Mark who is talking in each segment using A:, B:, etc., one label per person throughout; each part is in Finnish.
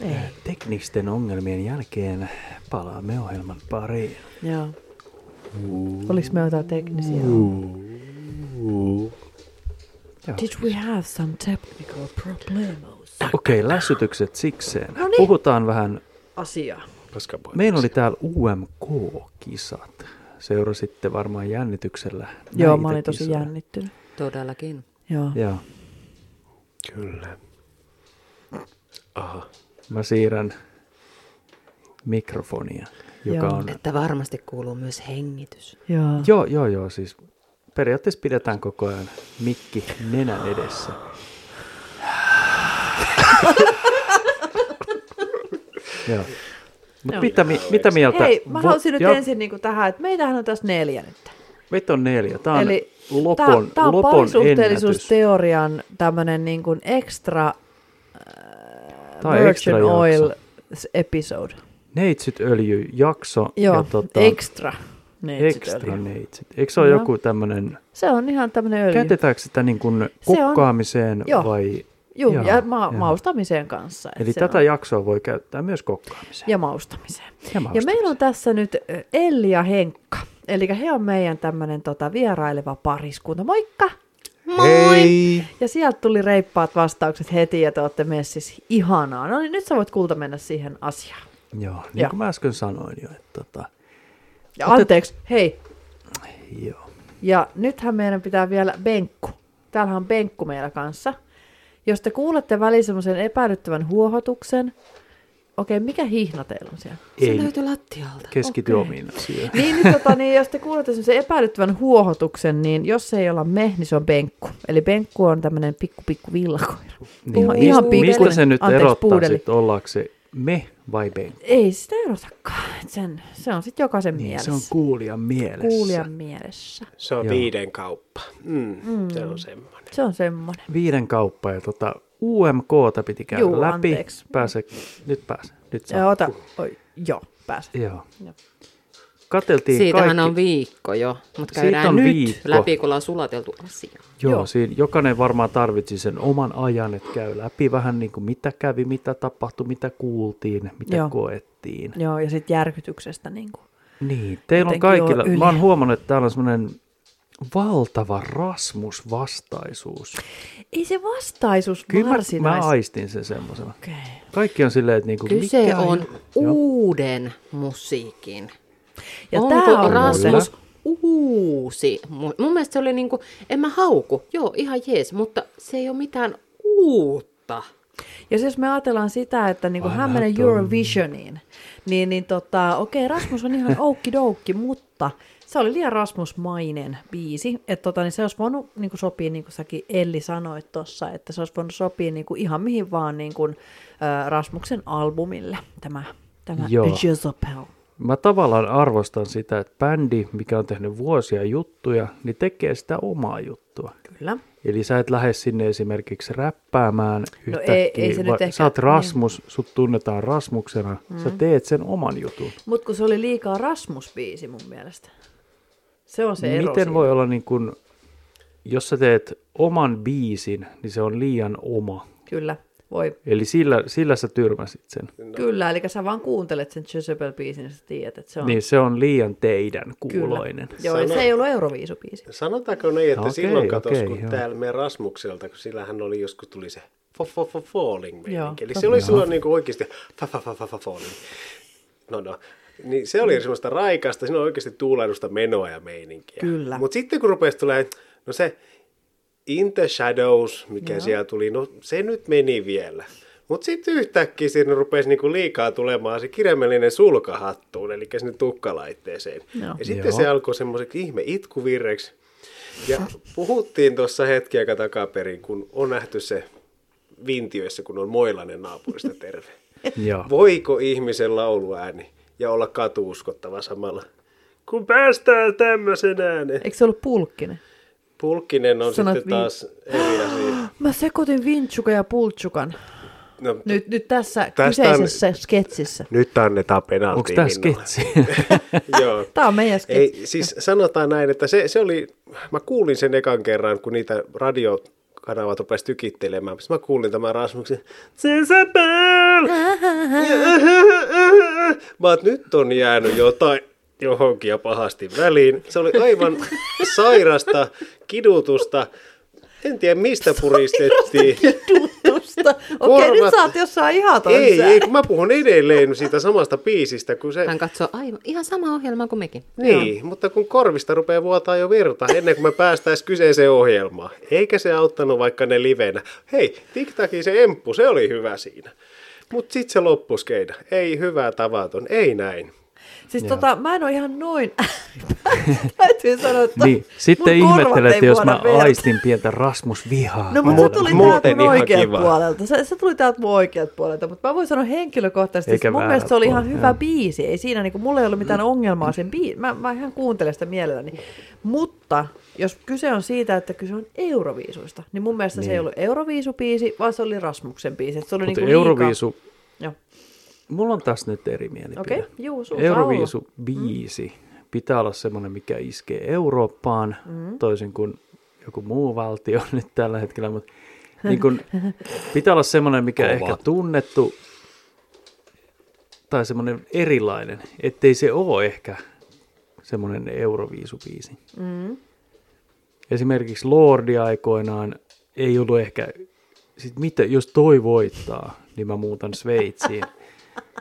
A: Ei.
B: Äh, Teknisten ongelmien jälkeen palaamme ohjelman pariin.
A: Joo. Oliks me jotain teknisiä?
B: Joo.
A: Did we have some technical problems?
B: Okei, okay, lässytykset sikseen.
A: No niin.
B: Puhutaan vähän.
A: Asiaa.
C: Koska voi.
B: Meillä oli täällä UMK-kisat. Seurasitte varmaan jännityksellä
A: Joo,
B: näitä
A: mä olin tosi
B: kisoja.
A: jännittynyt.
D: Todellakin.
A: Joo.
B: Joo.
C: Kyllä. Aha.
B: Mä siirrän mikrofonia, joka
A: Joo.
B: on...
D: Että varmasti kuuluu myös hengitys.
A: Joo.
B: Joo, joo, joo, siis periaatteessa pidetään koko ajan mikki nenän edessä. joo. Mut
A: Joo.
B: mitä, mi- mitä mieltä...
A: Hei, mä
B: vo-
A: haluaisin nyt
B: joo,
A: ensin niinku tähän, että meitähän on tässä neljä nyt.
B: Meitä on neljä. Tämä on
A: Eli
B: lopon,
A: Tämä, tämä on
B: lopon ennätys.
A: parisuhteellisuusteorian tämmöinen niin kuin extra
B: Tää on
A: äh, Virgin
B: extra jakso.
A: Oil s- episode.
B: Neitsyt öljy jakso
A: Joo,
B: ja tota,
A: extra. neitsyt
B: extra
A: öljy.
B: neitsyt. Eikö se ole
A: Joo.
B: joku tämmöinen,
A: Se on ihan tämmöinen öljy.
B: käytetäänkö sitä niin kuin
A: Se on-
B: kokkaamiseen
A: joo.
B: vai...
A: Juu,
B: Joo,
A: ja ma-
B: joo.
A: maustamiseen kanssa. et
B: Eli
A: se
B: tätä
A: on-
B: jaksoa voi käyttää myös kokkaamiseen.
A: ja maustamiseen.
B: Ja,
A: Ja meillä on tässä nyt ö, Elli ja Henkka. Eli he on meidän tämmöinen tota, vieraileva pariskunta. Moikka!
C: Hei!
A: Ja sieltä tuli reippaat vastaukset heti ja te olette messissä. Ihanaa. No niin, nyt sä voit kulta mennä siihen asiaan.
B: Joo, niin
A: Joo.
B: kuin mä äsken sanoin jo, että tota,
A: Ja
B: Otet-
A: anteeksi, hei.
B: joo.
A: Ja nythän meidän pitää vielä benkku. Täällähän on benkku meillä kanssa. Jos te kuulette väliin semmoisen epäilyttävän huohotuksen, okei, mikä hihna teillä on siellä?
D: Ei.
B: Ei
D: Se löytyi lattialta.
B: keskity
A: Okei.
B: omiin asioihin.
A: Niin, nyt, tota, niin jos te kuulette semmoisen epäilyttävän huohotuksen, niin jos se ei olla me, niin se on benkku. Eli benkku on tämmöinen pikku pikku villakoira.
B: Niin,
A: ihan
B: mistä,
A: pikkuinen.
B: mistä se nyt
A: Anteeksi,
B: erottaa
A: puudeli.
B: sit, ollaanko se me vai ben?
A: Ei sitä erotakaan. Et Sen, se on sitten jokaisen
B: Niin,
A: mielessä.
B: se on kuulijan mielessä.
A: kuulijan mielessä.
C: Se on
B: Joo.
C: Joo. viiden kauppa. Mm, mm. Se on semmoinen.
A: Se on semmoinen.
B: Viiden kauppa ja tota, UMKta piti käydä
A: Juu,
B: läpi.
A: anteeksi.
B: Pääse, nyt pääse, nyt saa.
A: Ja ota, oi, joo, pääs.
B: Joo.
A: Joo.
B: Kateltiin
D: Siitähän
B: kaikki.
D: on viikko jo, mutta
B: Siitä
D: käydään
B: on
D: nyt
B: viikko.
D: viikko. läpi, kun ollaan sulateltu asia.
B: Joo,
A: Joo.
B: Joo. Siinä, jokainen varmaan tarvitsi sen oman ajan, että käy läpi vähän niin kuin mitä kävi, mitä tapahtui, mitä kuultiin, mitä
A: Joo.
B: Joo. koettiin.
A: Joo, ja sitten järkytyksestä niin kuin.
B: Niin, teillä on
A: Jotenkin olla
B: kaikilla,
A: yli.
B: mä oon huomannut, että täällä on semmoinen valtava rasmusvastaisuus.
A: Ei se vastaisuus
B: Kyllä mä, mä
A: varsinais...
B: aistin sen semmoisena.
A: Okei.
B: Kaikki on silleen, että niinku,
D: Kyse
B: mikä
D: on
B: jo-
D: uuden musiikin.
A: Ja
D: Onko
A: tää on
D: Rasmus uusi? Mu- Mun mielestä se oli niinku, en mä hauku, joo ihan jees, mutta se ei ole mitään uutta.
A: Ja siis jos me ajatellaan sitä, että niin hän
B: Vanhat
A: menee
B: on.
A: Eurovisioniin, niin, niin tota, okei, Rasmus on ihan oukkidoukki, mutta se oli liian Rasmusmainen biisi. Että tota, niin se olisi voinut niin kuin sopii, niin kuin säkin Elli sanoit tuossa, että se olisi voinut sopia niin kuin ihan mihin vaan niin kuin, äh, Rasmuksen albumille tämä, tämä
B: Joo.
A: Jezebel.
B: Mä tavallaan arvostan sitä, että bändi, mikä on tehnyt vuosia juttuja, niin tekee sitä omaa juttua.
A: Kyllä.
B: Eli sä et lähde sinne esimerkiksi räppäämään
A: No
B: yhtäkkiä.
A: ei- ei se nyt
B: vaan
A: ehkä- niin.
B: Sä oot Rasmus, sut tunnetaan Rasmuksena. Mm. Sä teet sen oman jutun.
A: Mutta kun se oli liikaa Rasmus-biisi mun mielestä. Se on se ero
B: Miten
A: siinä.
B: voi olla niin kuin, jos sä teet oman biisin, niin se on liian oma.
A: Kyllä, voi.
B: Eli sillä, sillä sä tyrmäsit sen.
A: Kyllä, eli sä vaan kuuntelet sen Jezebel-biisin ja sä tiedät, että se on
B: Niin se on liian teidän kuuloinen.
A: Kyllä. Joo, ja se
C: Sano-
A: ei ollut euroviisubiisi.
C: Sanotaanko niin, että
B: Okei,
C: okay, silloin katos,
B: okei,
C: okay, kun
B: joo.
C: täällä me Rasmukselta, kun sillähän oli joskus tuli se fa fa fa falling
A: Joo,
C: meininki. Eli
A: totta.
C: se oli silloin niin oikeasti fa fa fa fa fa falling. No no. Niin se oli semmoista raikasta, siinä oli oikeasti tuulailusta menoa ja meininkiä.
A: Kyllä.
C: Mutta sitten kun rupesi tulee, no se In the Shadows, mikä Joo. siellä tuli, no se nyt meni vielä. Mutta sitten yhtäkkiä siinä rupesi niinku liikaa tulemaan se kirjaimellinen sulkahattuun, eli sinne tukkalaitteeseen.
A: Joo.
C: Ja sitten
B: Joo.
C: se alkoi semmoiseksi ihme itkuvirreksi. Ja puhuttiin tuossa hetki aika takaperin, kun on nähty se vintiöissä, kun on moilainen naapurista terve.
B: Joo.
C: Voiko ihmisen lauluääni ja olla katuuskottava samalla? Kun päästään tämmöisen ääneen.
A: Eikö se ollut pulkkinen?
C: Pulkkinen on
A: Sanat
C: Sanat sitten
A: vii-
C: taas eri asia.
A: Mä sekoitin Vintsukan ja Pultsukan.
C: No,
A: Nyt, nyt tässä
C: Tästä on-
A: kyseisessä sketsissä.
C: nyt annetaan penalti
B: Onko tämä sketsi?
C: Joo.
A: Tää on meidän sketsi.
C: Ei, siis sanotaan näin, että se, se oli, mä kuulin sen ekan kerran, kun niitä radiokanavat rupesi tykittelemään. Sitten mä kuulin tämän Rasmuksen, se sä
B: Girl!
C: Mä oot, nyt on jäänyt jotain johonkin ja pahasti väliin. Se oli aivan sairasta kidutusta. En tiedä mistä puristettiin.
A: Tuttusta. Okei, nyt
C: Korvat-
A: sä oot jossain ihan
C: Ei,
A: toisessa.
C: ei, kun mä puhun edelleen siitä samasta biisistä kuin se.
D: Hän katsoo aivan, ihan sama ohjelma kuin mekin.
C: Niin, mutta kun korvista rupeaa vuotaa jo virta ennen kuin me päästäis kyseiseen ohjelmaan. Eikä se auttanut vaikka ne livenä. Hei, TikTakin se emppu, se oli hyvä siinä. Mutta sitten se loppuskeina. Ei hyvä tavaton, ei näin.
A: Siis tota, mä en ole ihan noin ääripäässä, täytyy sanoa, että
B: Niin, sitten
A: mun korvat ei
B: ihmettelette, jos
A: vuoda
B: mä
A: verta.
B: aistin pientä Rasmus-vihaa.
A: No, mutta se
C: Mut
A: tuli täältä
C: muuten
A: mun
C: ihan
A: oikealta
C: kiva.
A: puolelta. Se, se tuli täältä mun oikealta puolelta, mutta mä voin sanoa henkilökohtaisesti,
B: Eikä
A: että mun
B: väärältä
A: mielestä se oli ihan
B: puolelta,
A: hyvä
B: joo.
A: biisi. Ei siinä, niinku, mulla ei ollut mitään ongelmaa sen biisin. Mä, mä ihan kuuntelen sitä mielelläni. Mutta jos kyse on siitä, että kyse on euroviisuista, niin mun mielestä niin. se ei ollut euroviisubiisi, vaan se oli Rasmuksen biisi. Et Se oli
B: Mutta
A: niinku
B: Euroviisu,
A: Liikaa. Joo.
B: mulla on taas nyt eri mielipide.
A: Okei, juu, sun saa Mm.
B: Euroviisu biisi pitää olla semmoinen, mikä iskee Eurooppaan,
A: Mm.
B: toisin kuin joku muu valtio nyt tällä hetkellä, mutta niin kun, pitää olla semmoinen, mikä
C: Kova.
B: Kova. ehkä tunnettu tai semmoinen erilainen, ettei se ole ehkä semmoinen Euroviisubiisi. Mm. Esimerkiksi Lordi aikoinaan ei ollut ehkä, sit mitä, jos toi voittaa, niin mä muutan Sveitsiin.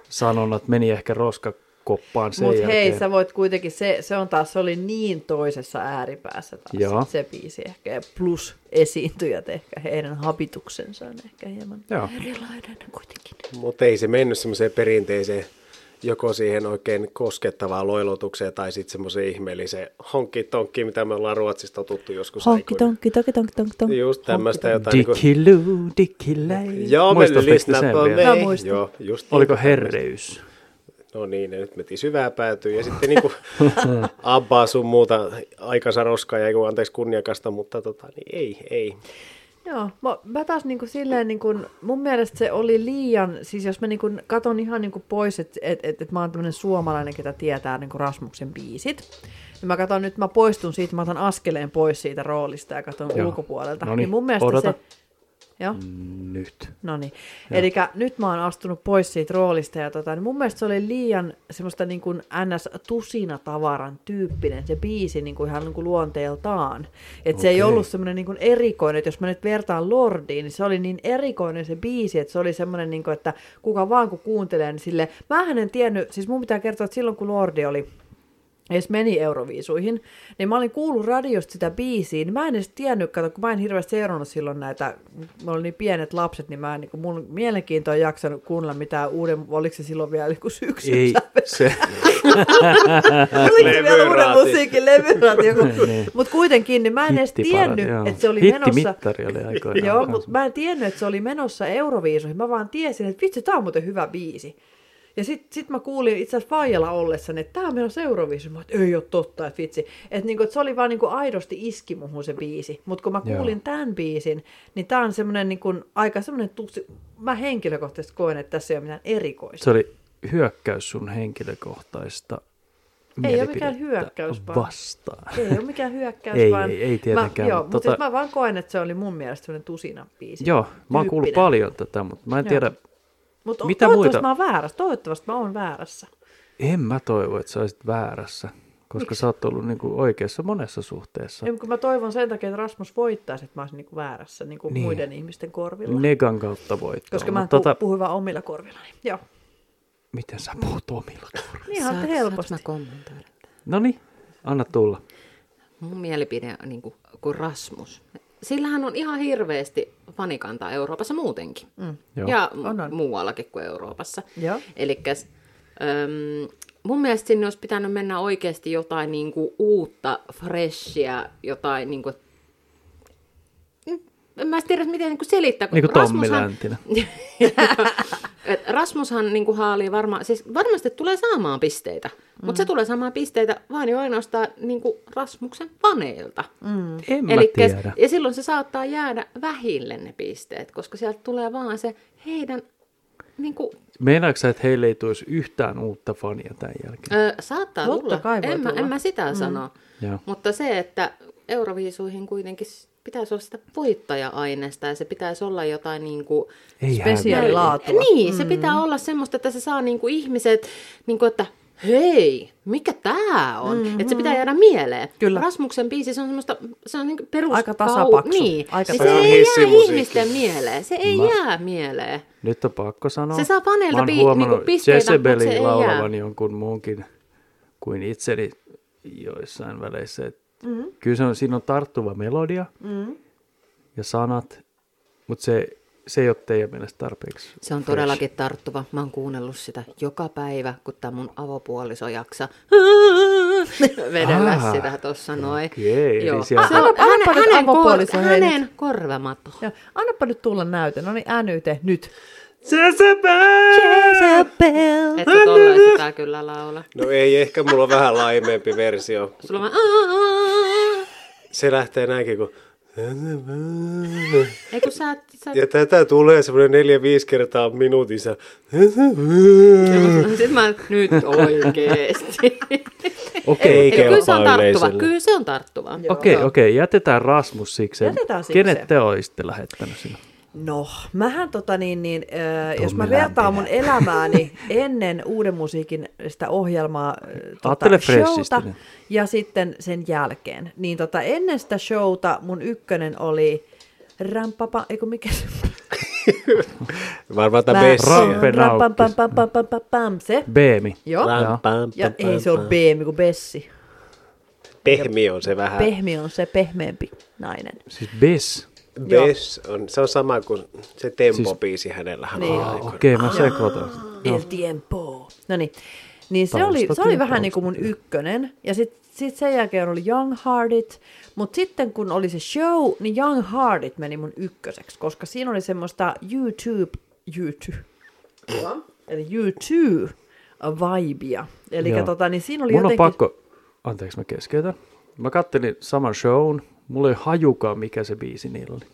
B: Sanonnat meni ehkä roskakoppaan sen
A: Mutta
B: jälkeen.
A: hei, sä voit kuitenkin, se, se on taas, se oli niin toisessa ääripäässä taas
B: Joo.
A: sit se biisi ehkä, ja plus esiintyjät ehkä, heidän habituksensa on ehkä hieman
B: Joo.
A: erilainen kuitenkin.
C: Mutta ei se mennyt semmoiseen perinteiseen joko siihen oikein koskettavaan loilotukseen tai sitten semmoiseen ihmeelliseen honkki-tonkkiin, mitä me ollaan Ruotsista tuttu joskus
A: Honkki
C: aikoinaan.
A: tonkki tonkki tonkki tonkki tonkki.
C: Just tämmöistä jotain. Niin kuin,
B: Dikilu, dikiläi.
C: joo, me
B: Muistatteko te
C: listan
B: sen
C: tuon
B: vielä?
A: Mä
C: mei-
A: muistan.
C: Joo, just
B: Oliko
C: niin.
B: herreys?
C: No niin, ne nyt meti syvää päätyy ja sitten niinku abbaa sun muuta aikansa roskaa ja ei kun anteeksi kunniakasta, mutta tota, niin ei, ei.
A: Joo, mä, mä taas niin kuin silleen, niin kuin, mun mielestä se oli liian, siis jos mä niin kuin katon ihan niin kuin pois, että et, et, et mä oon tämmönen suomalainen, ketä tietää niin kuin Rasmuksen biisit, niin mä katon nyt, mä poistun siitä, mä otan askeleen pois siitä roolista ja katon
B: Joo.
A: ulkopuolelta.
B: Noniin,
A: niin mun mielestä
B: odota.
A: se... Joo.
B: Nyt.
A: No niin. Eli nyt mä oon astunut pois siitä roolista ja tota, niin mun mielestä se oli liian semmoista niin kuin ns. tusinatavaran tyyppinen se biisi niin kuin ihan niin kuin luonteeltaan. Että se ei
B: Okei.
A: ollut semmoinen niin kuin erikoinen, että jos mä nyt vertaan Lordiin, niin se oli niin erikoinen se biisi, että se oli semmoinen, niin kuin, että kuka vaan kun kuuntelee, niin sille, mähän en tiennyt, siis mun pitää kertoa, että silloin kun Lordi oli edes meni Euroviisuihin, niin mä olin kuullut radiosta sitä biisiä, niin mä en edes tiennyt, kato, kun mä en hirveästi seurannut silloin näitä, mä olin niin pienet lapset, niin mä en, niin kuin mun mielenkiinto ei jaksanut kuunnella mitään uuden, oliko se silloin vielä joku syksyn
B: Ei
A: sävel?
B: se.
A: Oliko se vielä uuden
C: Levyraati.
A: musiikin levyraati joku?
B: Niin.
A: Mutta kuitenkin, niin mä en edes
B: Hittiparadi,
A: tiennyt,
B: joo.
A: että se oli menossa...
B: Hittimittari oli aikoinaan.
A: Joo,
B: kanssa.
A: mutta mä en tiennyt, että se oli menossa Euroviisuihin. Mä vaan tiesin, että vitsi, tää on muuten hyvä biisi. Ja sit, sit mä kuulin itse asiassa Faijalla ollessani, että tää on menossa Euroviisuihin. Mä oon, että ei ole totta, että vitsi. Että niinku, et se oli vaan niinku aidosti iski muhun se biisi. Mutta kun mä
B: Joo.
A: kuulin tämän biisin, niin tää on semmonen niinku, aika semmonen tusi... Mä henkilökohtaisesti koen, että tässä ei ole mitään erikoista.
B: Se oli hyökkäys sun henkilökohtaista
A: Ei ole
B: mielipidettä
A: mikään hyökkäys, vaan-
B: vastaan.
A: Ei ole mikään hyökkäys,
B: Ei,
A: vaan...
B: ei, ei tietenkään,
A: Mä, joo,
B: mutta
A: mutta siis
B: tota-
A: mä vaan koen, että se oli mun mielestä semmonen tusina biisi.
B: Joo, mä oon kuullut
A: Tyyppinen.
B: paljon tätä, mutta mä en
A: Joo.
B: tiedä,
A: Mutta
B: Mitä
A: toivottavasti
B: muita?
A: mä oon väärässä, toivottavasti mä oon väärässä.
B: en mä toivo, että sä olisit väärässä, koska sä oot ollut niinku oikeassa monessa suhteessa.
A: Ei, mutta kun mä toivon sen takia, että Rasmus voittaisi, että mä olisin niinku väärässä niinku niin.
B: Niin.
A: muiden ihmisten korvilla. Ne,
B: Negan kautta voittoon.
A: koska
B: mut
A: mä tota... puhun vaan omilla korvillani. Joo,
B: Miten sä puhut omilla korvilla?
A: niin ihan
D: Saat-
A: helposti.
D: saat mä kommentoida?
B: Noniin, anna tulla.
D: Mun mielipide on niin kuin, kuin Rasmus. Sillähän on ihan hirveästi fanikantaa Euroopassa muutenkin. Mm.
B: Joo.
D: Ja
A: On, on.
D: muuallakin kuin Euroopassa.
A: Joo.
D: Eli mun mielestä sinne olisi pitänyt mennä oikeasti jotain niin kuin, uutta, freshia, jotain niin kuin, en mä edes tiedä, miten niin kuin selittää. kun
B: Niin kuin Tommi
D: Rasmushan-
B: Läntinen.
D: Et Rasmushan niin kuin haalii varmaan, siis varmasti tulee saamaan pisteitä, mm. mutta se tulee saamaan pisteitä vaan jo ainoastaan niin kuin Rasmuksen paneilta. Mm.
B: En mä tiedä.
D: Ja silloin se saattaa jäädä vähille ne pisteet, koska sieltä tulee vaan se heidän, niin kuin,
B: Meinaatko sä, että heille ei tulisi yhtään uutta fania tämän jälkeen?
D: ö, saattaa
A: Totta
D: tulla.
A: kai voi
D: en, Mä,
A: tulla.
D: en mä sitä mm. sano.
B: Joo.
D: Mutta se, että Euroviisuihin kuitenkin s- pitäisi olla sitä voittaja-aineesta ja se pitäisi olla jotain niin kuin,
B: Ei
A: Spesiaali-
B: häviä.
A: laatua.
D: Niin, se pitää olla semmoista, että se saa niin kuin ihmiset niin kuin, että hei, mikä tämä on? Mm-hmm. Että se pitää jäädä mieleen.
A: Kyllä.
D: Rasmuksen biisi, se on semmoista, se on niin kuin perus
A: Aika tasapaksu.
D: Niin,
A: Aika
D: niin se
A: tasapaksu.
D: ei jää
C: Hissimusiikki.
D: ihmisten mieleen. Se ei
B: Mä-
D: jää mieleen.
B: Nyt on pakko sanoa.
D: Se saa paneelta
B: Mä oon
D: bi-
B: huomannut
D: niinku pisteitä, mut se
B: Jezebelin
D: ei jää.
B: laulavan jonkun muunkin kuin itseni joissain väleissä. Et mm-hmm. Kyllä se on, siinä on tarttuva melodia mm-hmm. ja sanat, mutta se, se ei ole teidän mielestä tarpeeksi.
D: Se on
B: fresh.
D: todellakin tarttuva. Mä oon kuunnellut sitä joka päivä, kun tää mun avopuoliso jaksa vedellä
B: Ah,
D: sitä tossa noin.
B: okei, eli
D: Joo. Ah,
B: siellä-
D: Se on
A: Annapa-
D: hänen,
A: annapa nyt
D: hänen,
A: avopuoliso,
D: kor-
A: hei nyt.
D: hänen korvamato.
A: Ja, annapa nyt tulla näyte. No niin, äänyyte nyt.
B: Jezebel!
D: Että tolleen sitä kyllä laula.
C: No ei, ehkä mulla on vähän laimeempi versio.
D: Sulla on vaan "Aa-aa-aa".
C: Se lähtee näinkin kun...
D: Ei kun sä, sä
C: Ja tätä tulee semmoinen neljä, viisi kertaa minuutissa.
D: Sitten mä nyt oikeesti.
B: Okei,
C: Ei
D: Eli kyllä se on
C: kelpaa
D: tarttuva.
C: yleisölle.
D: Kyllä se on tarttuva.
B: okei, okei, jätetään Rasmus sikseen.
A: Jätetään sikseen.
B: Kenet te olisitte lähettänyt sinne?
A: No, mähän tota niin, niin äh, jos mä
B: Tommi
A: vertaan mun elämääni ennen uuden musiikin sitä ohjelmaa äh,
B: Ajattele
A: tota,
B: freshistä
A: showta
B: nyt.
A: ja sitten sen jälkeen, niin tota, ennen sitä showta mun ykkönen oli Rampapa, eikö mikä se
C: Varmaan tämä
A: Pam,
C: Bessi.
B: Rampe.
A: pam, pam, pam, pam, pam, pam, pam, se.
B: Beemi.
A: Joo.
C: Pam, pam,
A: Ja
C: pam,
A: ei se ole
C: pam.
A: Beemi kuin Bessi.
C: Pehmi on se vähän.
A: Pehmi on se pehmeämpi nainen.
B: Siis Bes.
C: Bess on, se on sama kuin se tempopiisi hänellä.
A: Niin.
C: Niin.
B: Okei, mä sekoitan.
A: El tiempo. No niin. Niin se
B: Tausta
A: oli, se oli
B: kyllä,
A: vähän
B: tausta
A: niin kuin mun ykkönen. Ja sitten sit sen jälkeen oli Young Heartit. Mutta sitten kun oli se show, niin Young Heartit meni mun ykköseksi. Koska siinä oli semmoista YouTube... YouTube. Eli YouTube vibea. Eli
B: Joo.
A: tota, niin siinä oli
B: Mun
A: jotenkin...
B: on pakko, anteeksi mä keskeytän. Mä kattelin saman shown, mulla ei hajukaan mikä se biisi niillä oli.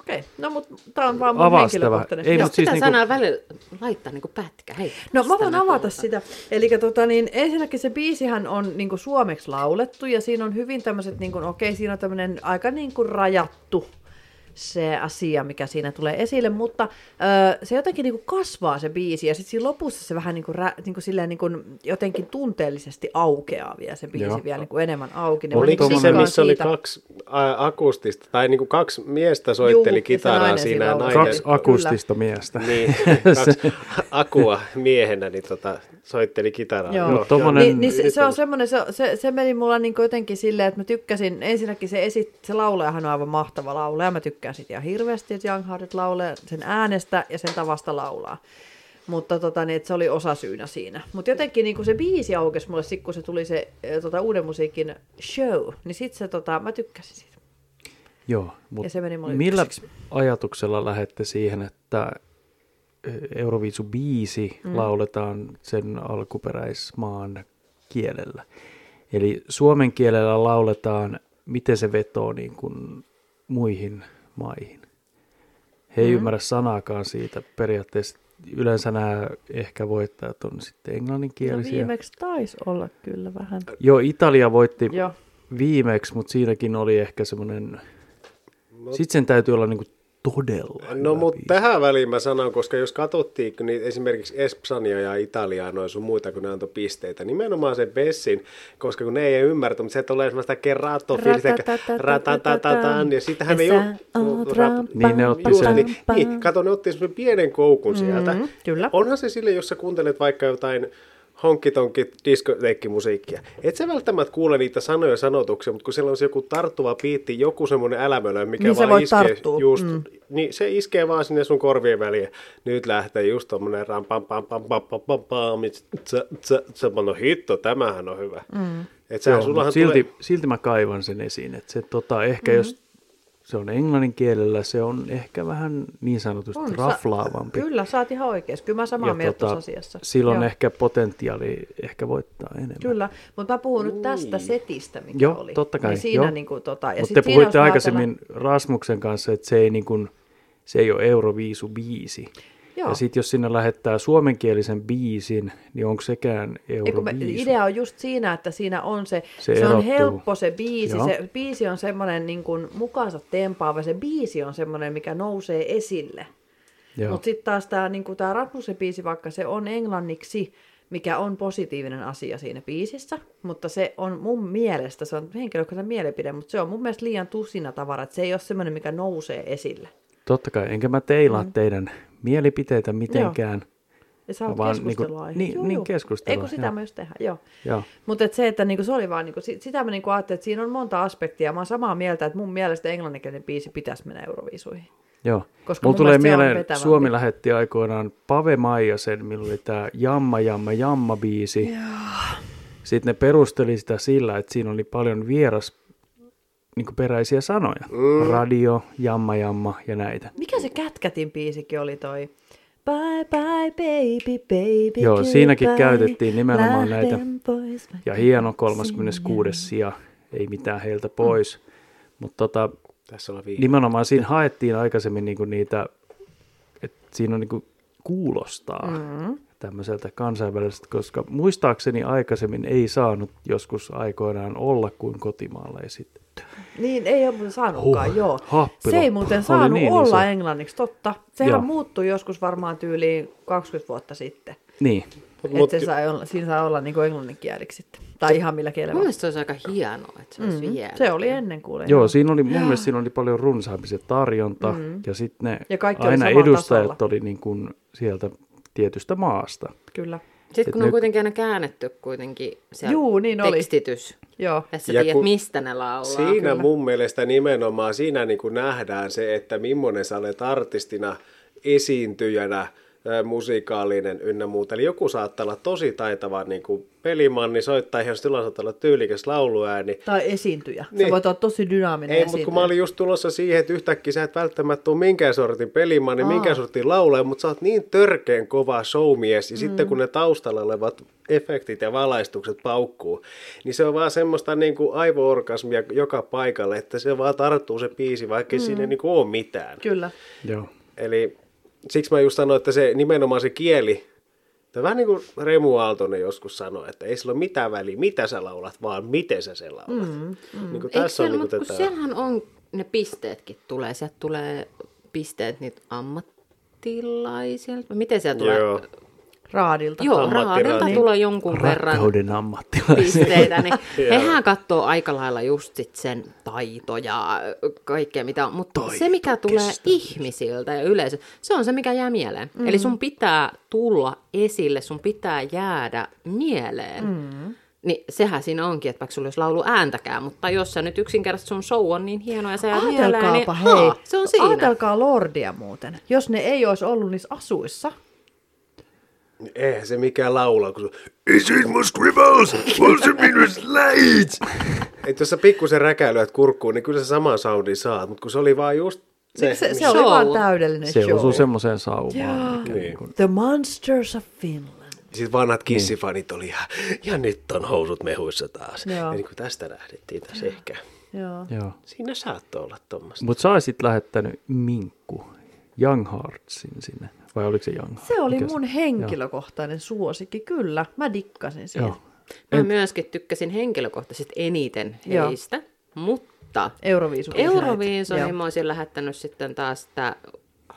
A: Okei, no mutta tää on vaan mun
B: Avaa sitä
A: henkilökohtainen.
B: vähän. Ei,
A: Joo.
B: mut
D: Mutta
B: siis
D: sitä
B: niinku-
D: niinku... sanaa välillä laittaa niinku pätkä. Hei,
A: No
D: mistä
A: mä voin
D: nää
A: avata
D: puhutaan?
A: sitä. Eli tota, niin, ensinnäkin se biisihän on niin suomeksi laulettu ja siinä on hyvin tämmöiset, niin kuin, okei siinä on tämmöinen aika niin kuin rajattu se asia, mikä siinä tulee esille, mutta ö, se jotenkin niin kuin kasvaa se biisi ja sitten siinä lopussa se vähän niin kuin, rä, niin kuin, silleen, niin kuin jotenkin tunteellisesti aukeaa vielä se biisi
B: Joo.
A: Joo. vielä niin kuin enemmän auki. Niin mä
C: Oliko
A: niinku
C: se se,
A: dikkaan
C: missä oli
A: siitä.
C: kaksi ä, akustista, tai niinku kaksi miestä soitteli
A: Juu, ja se
C: kitaraa
A: nainen
C: siinä ja
A: siinä
C: nainen,
A: lauloi.
B: Kaksi akustista miestä.
C: niin, kaksi akua miehenä niin tota, soitteli kitaraa.
A: Joo.
B: Mut tommonen-
A: Niin, niin se, se, on semmoinen, se, se, se meni mulla niin jotenkin silleen, että mä tykkäsin, ensinnäkin se, esit, se laulajahan on aivan mahtava laulaja, mä tykkään sitä ihan hirveästi, että Young Hearted laulee sen äänestä ja sen tavasta laulaa. Mutta tota, niin, että se oli osasyynä siinä. Mutta jotenkin niin kun se biisi aukesi mulle sitten, kun se tuli se eh, tota, uuden musiikin show, niin sitten se, tota, mä tykkäsin siitä.
B: Joo, mutta
A: se meni mulle
B: millä
A: ykköseksi.
B: ajatuksella lähette siihen, että eh, Euroviisu biisi mm. lauletaan sen alkuperäismaan kielellä? Eli suomen kielellä lauletaan, miten se vetoo niin kuin muihin maihin. He ei mm. ymmärrä sanaakaan siitä. Periaatteessa yleensä nämä ehkä voittajat on sitten
A: No
B: englanninkielisiä.
A: viimeksi taisi olla kyllä vähän.
B: Joo, Italia voitti
A: Joo.
B: viimeksi, mutta siinäkin oli ehkä semmoinen... Sitten sen täytyy olla niinku todella
C: No
B: hyvä
C: mutta
B: biisi.
C: tähän väliin mä sanon, koska jos katsottiin kun niitä esimerkiksi Espanja ja Italiaa noin sun muita, kun ne antoi pisteitä, nimenomaan sen Bessin, koska kun ne ei ymmärtänyt, mutta se tulee semmoista kerrato ratatatan, ja sitähän ei
A: Ja sä
C: ole...
A: oot rampa-
B: Niin ne otti
C: Just,
B: sen-
C: niin, niin, kato, ne otti semmoisen pienen koukun sieltä.
A: kyllä.
C: Onhan se sille, jos sä kuuntelet vaikka jotain honkitonkit diskoteikkimusiikkia. Et sä välttämättä kuule niitä sanoja sanotuksia, mutta kun siellä on se joku tarttuva piitti, joku semmoinen älämölö, mikä
A: Niin se
C: vaan
A: voi
C: iskee
A: tarttua.
C: just, mm. niin se iskee vaan sinne sun korvien väliin. Nyt lähtee just tommonen ram pam pam pam pam pam pam pam, mit- tsä, tsä, tsä. Mä, no hitto, tämähän on hyvä. Mm. Et sä,
B: Joo, mut
C: sullahan
B: silti,
C: tulee...
B: silti mä kaivan sen esiin. Että se, tota, ehkä mm-hmm. jos se on englannin kielellä, se on ehkä vähän niin sanotusti on, raflaavampi.
A: Sa- kyllä, sä oot ihan oikeassa. Kyllä mä samaa mieltä tuossa asiassa.
B: tota, Silloin
A: Joo.
B: ehkä potentiaali ehkä voittaa enemmän.
A: Kyllä, mutta mä puhun nyt tästä setistä, mikä
B: Joo,
A: oli.
B: totta kai.
A: Niin siinä
B: joo.
A: Niin kuin, tota, ja
B: Mut
A: sit
B: te
A: siinä, jos
B: puhuitte
A: mä
B: niinku, aikaisemmin Rasmuksen kanssa, että se ei, niin kuin, se ei ole Euroviisu biisi.
A: Joo.
B: Ja sitten jos sinne lähettää suomenkielisen biisin, niin onko sekään
A: Eiku, mä-
B: euroviisu?
A: idea on just siinä, että siinä on se, se,
B: Se
A: se on
B: erottuu.
A: helppo se biisi.
B: Joo.
A: Se biisi on semmoinen niin kuin mukaansa tempaava, se biisi on semmoinen, mikä nousee esille.
B: Joo.
A: Mutta sitten taas tämä niinku, tää Rasmussen biisi, vaikka se on englanniksi, mikä on positiivinen asia siinä biisissä, mutta se on mun mielestä, se on henkilökohtainen mielipide, mutta se on mun mielestä liian tusina tavara, että se ei ole semmoinen, mikä nousee esille.
B: Totta kai, enkä mä teilaa mm. teidän mielipiteitä mitenkään.
A: Ja sä oot
B: Vaan niinku-
A: keskustelua
B: niin- niin keskustelua,
A: Eikö sitä
B: joo.
A: myös tehdä, joo.
B: Joo.
A: Mutta et se, että niinku se oli vaan, niinku, si- sitä mä niinku ajattelin, että siinä on monta aspektia. Mä oon samaa mieltä, että mun mielestä englanninkielinen biisi pitäisi mennä Euroviisuihin.
B: Joo.
A: Koska mun
B: Mulla tulee
A: mielestä se on
B: mieleen,
A: vetävämpi.
B: Suomi lähetti aikoinaan Pave Maijasen, millä oli tämä Jamma Jamma Jamma biisi. Sitten ne perusteli sitä sillä, että siinä oli paljon vieras niin peräisiä sanoja. Mm. Radio, Jamma Jamma ja näitä.
A: Mikä se Kätkätin biisikin oli toi? Bye bye baby baby
B: Joo,
A: goodbye.
B: siinäkin käytettiin nimenomaan
A: Lähden
B: näitä.
A: Pois, mä
B: Ja hieno
A: katsin
B: 36. sija, ei mitään heiltä pois.
A: Mm.
B: Mutta tota,
C: Tässä on viime.
B: nimenomaan siinä haettiin aikaisemmin niinku niitä, että siinä on niinku kuulostaa
A: Mm.
B: mm-hmm. tämmöiseltä kansainvälisestä, koska muistaakseni aikaisemmin ei saanut joskus aikoinaan olla kuin kotimaalla esitetty.
A: Niin, ei ole muuten saanutkaan, huh,
B: Huh,
A: joo.
B: happila.
A: Se ei muuten
B: Oli
A: saanut
B: niin
A: olla
B: iso.
A: englanniksi, totta. Sehän
B: Joo.
A: muuttui joskus varmaan tyyliin 20 vuotta sitten.
B: Niin,
A: Että se sai olla, siinä saa olla niinku englanninkieliksi sitten. Tai ihan millä
D: Mun
A: kielellä.
D: mielestä se olisi aika hienoa, että se olisi mm, vielä.
A: Se oli ennen kuule.
B: joo, siinä oli, mun mielestä siinä oli paljon runsaampi se tarjonta, mm-hmm. ja sitten ne
A: Mm. Ja kaikki oli
B: aina
A: samalla
B: edustajat
A: tasolla.
B: oli niin kuin sieltä tietystä maasta.
A: Kyllä.
D: Sitten kun
B: Et
D: on
B: nyt-
D: kuitenkin aina käännetty kuitenkin se
A: Juu, niin oli.
D: tekstitys.
A: Joo.
D: Ja sä
C: Ja
D: tiedät,
C: kun-
D: mistä ne laulaa.
C: Siinä kyllä. mun mielestä nimenomaan, siinä niin kuin nähdään se, että millainen sä olet artistina, esiintyjänä, ö, musikaalinen ynnä muuta. Eli joku saattaa olla tosi taitava niin kuin pelimanni, soittaa ihan silloin saattaa olla tyylikäs lauluääni.
A: Tai esiintyjä. Niin. Sä
C: Niin.
A: voit olla tosi dynaaminen
C: Ei, mutta
A: esiintyjä.
C: kun mä olin just tulossa siihen, että yhtäkkiä sä et välttämättä ole minkään sortin pelimanni, minkään sortin laulaja, mutta sä oot niin törkeen kova showmies, ja mm. sitten kun ne taustalla olevat efektit ja valaistukset paukkuu, niin se on vaan semmoista niin kuin aivoorgasmia joka paikalle, että se vaan tarttuu se biisi, vaikka mm. siinä ei niin kuin ole mitään.
A: Kyllä.
B: Joo.
C: Eli siksi mä just sanoin, että se nimenomaan se kieli, tai vähän niin kuin Remu Aaltonen joskus sanoi, että ei sillä ole mitään väliä, mitä sä laulat, vaan miten sä sen laulat. Mm, mm. Niin kuin
D: Eikö
C: tässä on
D: siellä,
C: niin kuin
D: mutta kun
C: tätä...
D: siellähän on ne pisteetkin tulee. Sieltä tulee pisteet niitä ammattilaisilta. Miten siellä tulee?
C: Joo.
A: Raadilta.
D: Joo raadilta
C: Ammattiraadilta.
D: tulee jonkun verran
B: Rakkauden ammattilaisia.
D: pisteitä, niin hehän katsoo aika lailla just sit sen taitoja, kaikkea mitä on. Mutta se, mikä tulee ihmisiltä ja yleisö, se on se, mikä jää mieleen. Mm. Eli sun pitää tulla esille, sun pitää jäädä mieleen. Mm. Niin sehän siinä onkin, että vaikka sulla olisi laulu ääntäkään, mutta jos sä nyt yksinkertaisesti sun show on niin hieno ja sä jäät mieleen, niin
A: Ajatelkaapa, hei.
D: haa, se on siinä.
A: Ajatelkaa Lordia muuten. Jos ne ei olisi ollut niissä asuissa,
C: Eihän se mikään laula, kun se Is it my scribbles? Was it minus light? Et jos sä pikkusen räkäilyät kurkkuun, niin kyllä sä saman soundin saat, mutta kun se oli vaan just se,
A: niin
C: niin
A: se, se, se
C: missä-
A: oli
D: show.
A: vaan täydellinen
B: Se
A: show.
B: osuu semmoiseen saumaan. mikä
C: Niin.
B: niinku-
A: The Monsters of Finland.
C: Sitten vanhat kissifanit oli ihan, ja nyt on housut mehuissa taas.
A: Joo.
C: Ja niin kuin tästä lähdettiin tässä ehkä.
A: Joo.
B: Joo.
C: Siinä saattoi olla tuommoista.
B: Mutta sä olisit lähettänyt Minkku, Young Heartsin sinne, vai oliko se Young Hearts?
A: Se oli
B: Mikä
A: mun henkilökohtainen suosikki, kyllä. Mä dikkasin siitä.
B: Joo.
A: Joo.
D: Mä myöskin tykkäsin henkilökohtaisesti eniten
A: Joo.
D: heistä, mutta
A: Euroviisu. oli se
D: Euroviisuihin
A: näitä.
D: mä olisin lähettänyt sitten taas sitä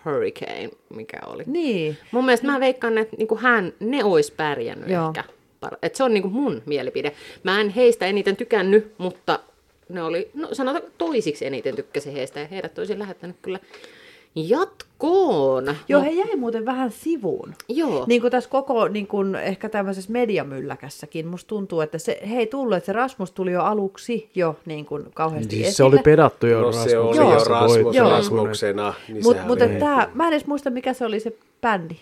D: Hurricane, mikä oli.
A: Joo. Niin.
D: Mun mielestä mä veikkaan, että niinku hän, ne olisi pärjännyt
A: Joo.
D: Joo. ehkä. par- Et se on niinku mun mielipide. Mä en heistä eniten tykännyt, mutta ne oli, no sanotaan toisiksi eniten tykkäsin heistä ja heidät olisin lähettänyt kyllä jatkoon.
A: Joo, he jäi muuten vähän sivuun.
D: Joo.
A: Niin kuin tässä koko niin kuin ehkä tämmöisessä mediamylläkässäkin, musta tuntuu, että se, he ei tullut, että se Rasmus tuli jo aluksi jo niin kuin kauheasti esille.
B: Siis se oli pedattu jo
C: No se oli
B: Rasmuksessa, voit-
C: jo Rasmus
A: Joo.
C: Rasmuksena, niin
A: Mut,
C: sehän
A: mut
C: oli.
A: et tää, mä en edes muista, mikä se oli se bändi.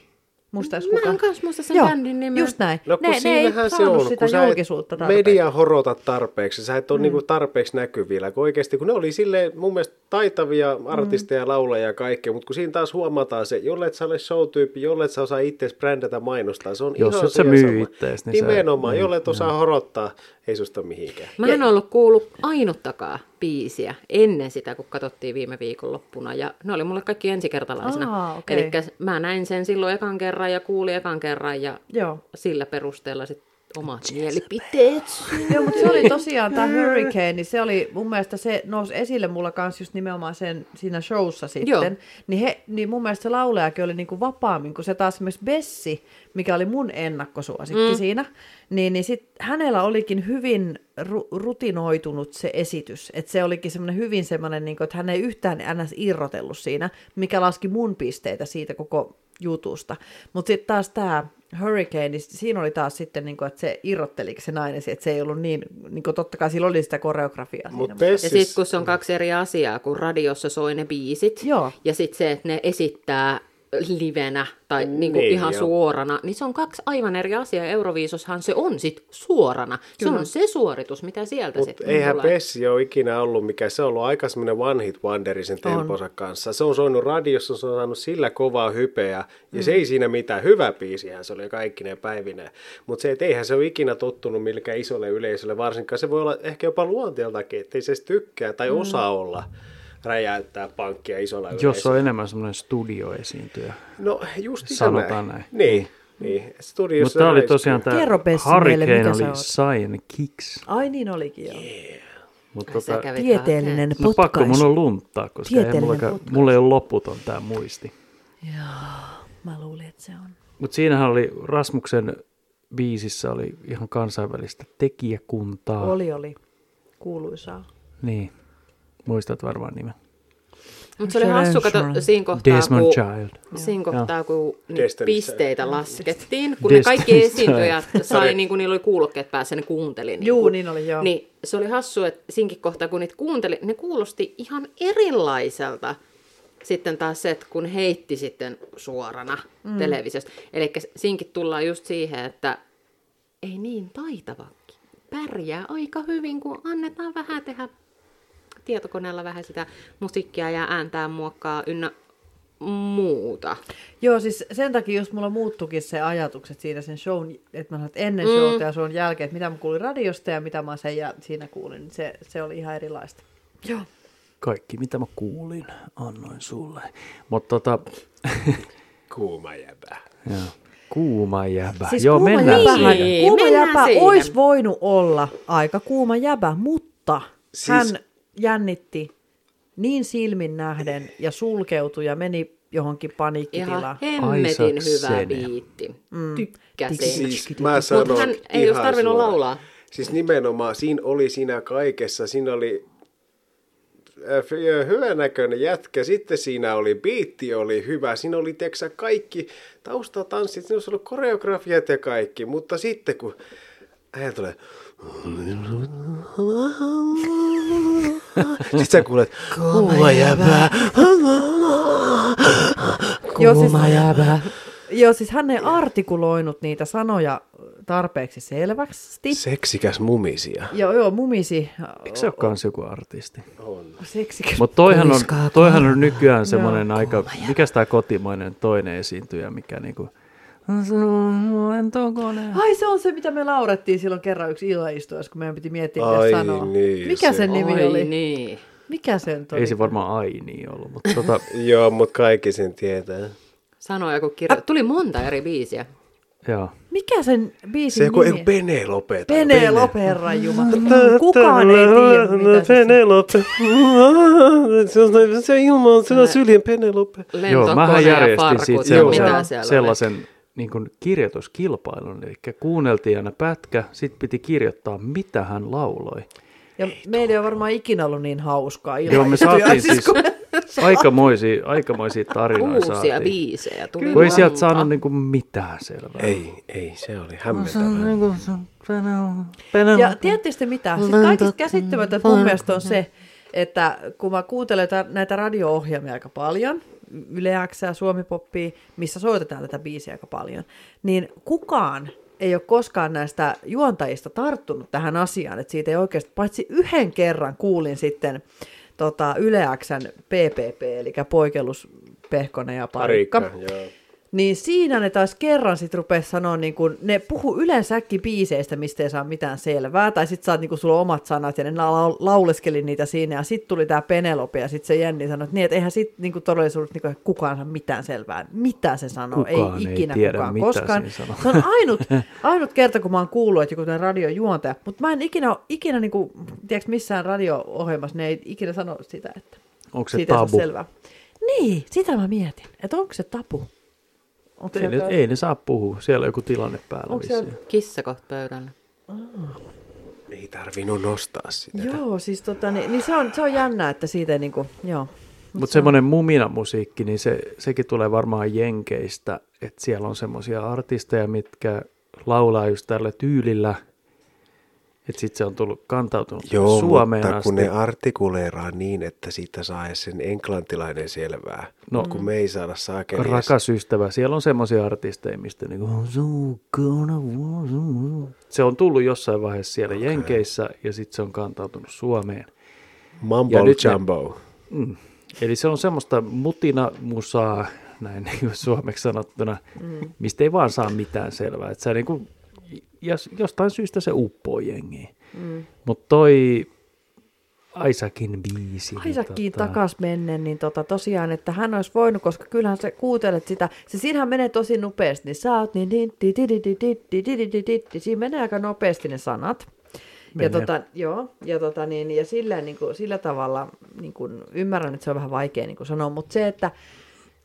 A: Muistaisi
D: Mä en
A: kuka.
D: kans muista sen bändin nimeä.
A: Just näin.
C: No kun
A: ne, ne ei
C: siinähän se
A: saanut
C: on,
A: sitä
C: kun sä
A: julkisuutta
C: et
A: tarpeeksi.
C: media horota tarpeeksi, sä et ole mm. niinku tarpeeksi näkyvillä, kun oikeasti, kun ne oli silleen mun mielestä taitavia
A: Mm.
C: artisteja, laulajia ja kaikkea, mutta kun siinä taas huomataan se, jollet sä ole show-tyyppi, jollet sä osaa itse brändätä mainostaa, se on
B: Jos
C: ihan
B: et sä
C: asia
B: myy
C: sama.
B: ittees, niin sä-
C: Nimenomaan,
B: niin,
C: jollet osaa horottaa, ei susta mihinkään.
D: Mä en ollut kuullut ainuttakaan biisiä ennen sitä, kun katsottiin viime viikonloppuna. Ja ne oli mulle kaikki ensikertalaisena.
A: Aa, okei.
D: Eli mä näin sen silloin ekan kerran ja kuulin ekan kerran ja
A: Joo.
D: sillä perusteella sitten omat mielipiteet.
A: Joo, mutta se oli tosiaan tämä Hurricane, niin se oli mun mielestä se nousi esille mulla kanssa just nimenomaan sen, siinä showssa
D: Joo.
A: sitten. Niin, he, niin mun mielestä se laulajakin oli niinku vapaammin, kun se taas esimerkiksi Bessi, mikä oli mun ennakkosuosikki mm. siinä, niin, niin sit hänellä olikin hyvin ru- rutinoitunut se esitys. Että se olikin semmoinen hyvin semmoinen, niinku, että hän ei yhtään ns. irrotellut siinä, mikä laski mun pisteitä siitä koko jutusta. Mutta sitten taas tämä Hurricane, niin siinä oli taas sitten, niin kuin, että se irrotteliko se nainen, että se ei ollut niin, niin kuin, totta kai sillä oli sitä koreografiaa.
C: Mutta
A: siinä,
D: Ja
C: Pessis,
D: sitten kun se on kaksi eri asiaa, kun radiossa soi ne biisit
A: Joo.
D: ja sitten se, että ne esittää livenä tai
A: Mm.
D: niinku
C: Niin,
D: ihan
C: joo.
D: suorana, niin se on kaksi aivan eri asiaa. Euroviisoshan se on sit suorana. Se on se suoritus, mitä sieltä
C: Mutta
D: sitten
C: eihän
D: tulee.
C: Pessi ole ikinä ollut mikä se on ollut aika semmoinen one hit wonderi sen temponsa kanssa. Se on soinut radiossa, se on saanut sillä kovaa hypeä ja
B: Mm.
C: se ei siinä mitään. Hyvä biisihän se oli kaikkine päivinä. Mutta se, että eihän se ole ikinä tottunut millekään isolle yleisölle, varsinkaan se voi olla ehkä jopa luonteeltakin, ettei se edes tykkää tai osaa olla räjäyttää pankkia isolla yleisöllä.
B: Mm. Jos on enemmän semmoinen studioesiintyjä.
C: No just sitä
B: Sanotaan näin.
C: Niin, niin. Studiossa
B: Mutta tämä oli
C: räiskyy.
B: tosiaan tämä
A: Kerro, Bessi, meille,
B: Hurricane
A: mikä sä
B: oli
A: oot.
B: Sign Kicks.
A: Ai niin olikin joo.
B: Mutta
D: Sä
B: tota,
D: kävit
A: Tieteellinen
B: no,
A: potkaisu.
B: pakko mun on lunttaa, koska ei
A: Tieteellinen
B: mulla,
A: potkaisu.
B: mulla ei ole loputon tämä muisti.
A: Mä luulin, että se on.
B: Mutta siinähän oli Rasmuksen biisissä oli ihan kansainvälistä tekijäkuntaa.
A: Oli, oli. Kuuluisaa.
B: Niin, muistat varmaan nimen.
D: Mutta se oli hassu, kato, siinä kohtaa,
B: Desmond
D: kun,
B: Child.
D: siinä kohtaa, kun niitä
C: Destiny's
D: pisteitä laskettiin, kun ne kaikki
B: Destiny's
D: esiintyjät sai, niin kuin niillä oli kuulokkeet päässä, ne kuunteli. Niin
A: Juu,
D: kuin,
A: niin oli, joo.
D: Niin se oli hassu, että siinkin kohtaa, kun niitä kuunteli, ne kuulosti ihan erilaiselta. Sitten taas se, että kun heitti sitten suorana mm. televisiosta. Eli siinkin tullaan just siihen, että ei niin taitava. Pärjää aika hyvin, kun annetaan vähän tehdä tietokoneella vähän sitä musiikkia ja ääntää muokkaa ynnä muuta.
A: Joo, siis sen takia just mulla muuttukin se ajatukset siinä sen shown, että mä sanoin, että ennen
D: Mm.
A: showta ja shown jälkeen, että mitä mä kuulin radiosta ja mitä mä sen ja siinä kuulin, niin se, se oli ihan erilaista. Joo.
B: Kaikki, mitä mä kuulin, annoin sulle. Mutta tota,
C: Kuuma jäbä.
B: joo, kuuma jäbä.
A: Siis
B: Joo,
A: kuuma
B: mennään
A: jäbä,
B: siihen.
D: Niin,
A: kuuma
D: mennään
A: jäbä
D: siihen.
A: olisi voinut olla aika kuuma jäbä, mutta siis...
C: Siis-
A: hän jännitti niin silmin nähden ja sulkeutui ja meni johonkin paniikkitilaan.
D: Ihan hemmetin
B: Isaac
D: hyvä
B: Sene.
D: biitti. Mm. Tykkäsin.
C: Siis mä sanon
D: Mut hän ei
C: ihan
D: olisi tarvinnut
C: suoraan.
D: laulaa.
C: Siis nimenomaan, siinä oli siinä kaikessa, siinä oli äh, f- hyvänäköinen jätkä, sitten siinä oli biitti oli hyvä, siinä oli teksä kaikki taustatanssit, siinä olisi ollut koreografiat ja kaikki, mutta sitten kun hän tulee sitten sä kuulet, kuuma jäbää.
A: Joo siis, joo, siis hän ei artikuloinut niitä sanoja tarpeeksi selvästi. Se...
C: Seksikäs mumisia.
A: Joo, joo, mumisi.
B: Eikö se ole kans joku artisti?
A: Seksikäs.
B: Mutta toihan on, toihan on nykyään semmoinen aika, mikäs tämä kotimainen toinen esiintyjä, mikä niinku... Lentokone.
A: Ai se on se, mitä me laurettiin silloin kerran yksi illaistuessa, kun meidän piti miettiä, mitä
C: Ai
A: sanoa.
C: niin,
A: Mikä
C: se-
A: sen nimi
D: Oi
A: oli?
D: niin.
A: Mikä sen oli?
B: Ei se varmaan Aini ollut, mutta tota,
C: Joo, mutta kaikki sen tietää.
D: Sanoja kun kirja... Tuli monta eri biisiä.
B: joo.
A: Mikä sen biisin
C: Se kun
A: nimi?
C: ei Penelope. tai
A: Penelope, herra Jumala. Kukaan ei tiedä, mitä se
C: Penelope. Se on, se on ilman, se on syljen Penelope.
B: joo
D: Lentokone
B: mähän
D: ja
B: järjestin
D: farkut
B: siitä
D: ja
B: sellaisen,
D: mitä siellä sellaisen.
B: sellaisen niin kuin kirjoituskilpailun, eli kuunneltiin aina pätkä, sit piti kirjoittaa, mitä hän lauloi.
A: Ja meillä ei ole varmaan ikinä ollut niin hauskaa
B: Joo, me
A: illaistujaisissa
B: saatiin siis
A: kuin-
B: aikamoisia, aikamoisia tarinoita
D: oli. Uusia
B: saatiin.
D: biisejä tuli
B: Kun ei sieltä
D: monta.
B: saanut niinku mitään selvää.
C: Ei, ei, se oli hämmentävää.
A: Ja tiedättekö te mitä? Siis kaikista käsittämätöntä mun mielestä on se, että kun mä kuuntelen tä- näitä radio-ohjelmia aika paljon, Yle X ja Suomi Poppia, missä soitetaan tätä biisiä aika paljon, niin kukaan ei ole koskaan näistä juontajista tarttunut tähän asiaan, että siitä ei oikeasti, paitsi yhden kerran kuulin sitten tota, Yleäksän PPP, eli poikellus Pehkonen ja Parikka.
C: Parikka, joo.
A: Niin siinä ne taas kerran sit rupes sanoa, niin kun, ne puhuu yleensäkin biiseistä, mistä ei saa mitään selvää, tai sit saat niin kun, sulla on omat sanat, ja ne lau- lauleskeli niitä siinä, ja sit tuli tää Penelope, ja sit se Jenni sanoi, että niin, et eihän sit niin kun, todellisuudessa niin kun, kukaan saa mitään selvää, mitä se sanoo,
B: Kukaan
A: ei
B: ei
A: ikinä
B: tiedä,
A: kukaan
B: mitä
A: koskaan.
B: siinä sanoo.
A: Se on ainut, ainut kerta, kun mä oon kuullut, että joku tämmöinen radiojuontaja, mutta mä en ikinä, ikinä niin kun, tiedätkö, missään radio-ohjelmassa, ne ei ikinä sano sitä, että
B: Onko se
A: siitä ei saa
B: tabu?
A: selvää. Niin, sitä mä mietin, että onko se tabu. Onko
B: Ei ne, ei ne saa puhua. Siellä on joku tilanne päällä
A: Onko siellä-
B: vissiin.
D: Kissa kohta pöydällä.
C: Ei tarvinnut nostaa sitä.
A: Joo, siis tota, niin, niin se, on, se on jännä, että siitä ei niinku, joo.
B: Mutta semmoinen muminamusiikki, niin se, sekin tulee varmaan jenkeistä, että siellä on semmoisia artisteja, mitkä laulaa just tällä tyylillä, että sitten se on tullut kantautunut
C: Joo,
B: Suomeen
C: mutta
B: asti.
C: kun ne artikuleeraa niin, että siitä saa edes sen englantilainen selvää. No. Kun me ei saada saakelias.
B: Rakas ystävä, siellä on semmoisia artisteja, mistä niinku, "So gonna war, so war." se on tullut jossain vaiheessa siellä okay. Jenkeissä ja sitten se on kantautunut Suomeen.
C: Mumbo
B: Ja nyt ne-
C: jumbo.
B: Mm. Eli se on semmoista mutina musaa, näin niin kuin suomeksi sanottuna, mm. mistä ei vaan saa mitään selvää. Että sä niin kuin, jos, jostain syystä se uppoo jengiin. Mm. Mutta toi Aisakin biisi. niin
A: Isakiin takas mennen, niin tota, tosiaan, että hän olisi voinut, koska kyllähän sä kuuntelet sitä. Se siinähän menee tosi nopeasti, niin sä oot niin, niin, di, di, di, di, di, di, di, di, di, di, di. siinä menee aika nopeasti ne sanat. Ja,
B: Menee.
A: tota, joo, ja, tota, niin, ja sillä, niin kuin, sillä tavalla niin kuin, ymmärrän, että se on vähän vaikea niin kuin sanoa, mutta se, että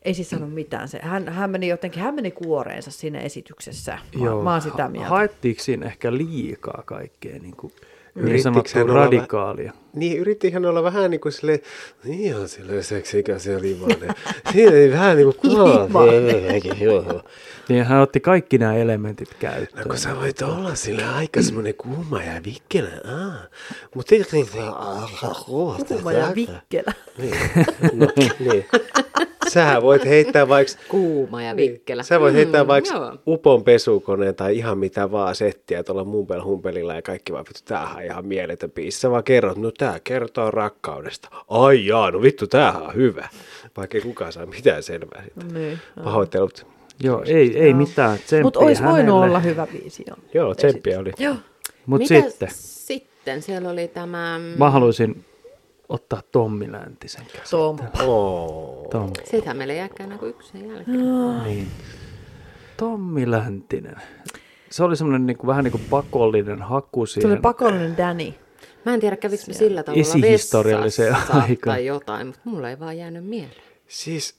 A: ei siis sano mitään. Se, hän, hän meni jotenkin, hän meni kuoreensa siinä esityksessä. Mä,
B: Joo,
A: mä oon sitä
B: ha-
A: mieltä.
B: Haettiinko siinä ehkä liikaa kaikkea niin, kuin, niin
C: Yrittikö
B: sanottua
C: hän olla vähän-
B: radikaalia?
C: Niin, yrittihän olla vähän niin kuin silleen, niin on silleen seksikäs ja limainen. Siinä ei vähän niin kuin kuva.
B: Niin hän otti kaikki nämä elementit
C: No
B: käyttöön.
C: kun sä voit olla sillä aika semmonen kuuma ja vikkelä. Mutta ei niin se
A: Kuuma ja vikkelä.
C: Niin. No, niin. Sähän voit heittää vaikka
D: Kuuma ja vikkelä.
C: Sä voit Niin, heittää mm, vaikka
D: joo.
C: upon pesukoneen tai ihan mitä vaan settiä tuolla mumpel humpelilla ja kaikki vaan vittu, tämähän on ihan mieletön biisi. Sä vaan kerrot, no tää kertoo rakkaudesta. Ai jaa, no vittu, tämähän on hyvä. Vaikka ei kukaan saa mitään selvää siitä.
A: Niin.
C: Pahoittelut.
B: Joo, ei, ei mitään.
A: Mutta olisi voinut olla hyvä biisi. Joo,
C: Joo, tsemppiä oli.
A: Joo.
B: Mutta
D: Mitä
B: sitten,
D: sitten? Siellä oli tämä...
B: mä haluaisin ottaa Tommi Läntisen käsi.
A: Tom.
C: Oh.
B: Tommi.
D: Sitä meillä ei jääkään enää kuin yksi sen jälkeen.
A: Ah.
B: Niin. Tommi Läntinen. Se oli semmoinen niinku, vähän niin kuin pakollinen haku
A: Se oli
B: siihen.
A: pakollinen Danny.
D: Mä en tiedä, kävikö me sillä tavalla
B: Esihistorialliseen
D: vessassa
B: aikaan.
D: tai jotain, mutta mulla ei vaan jäänyt mieleen.
C: Siis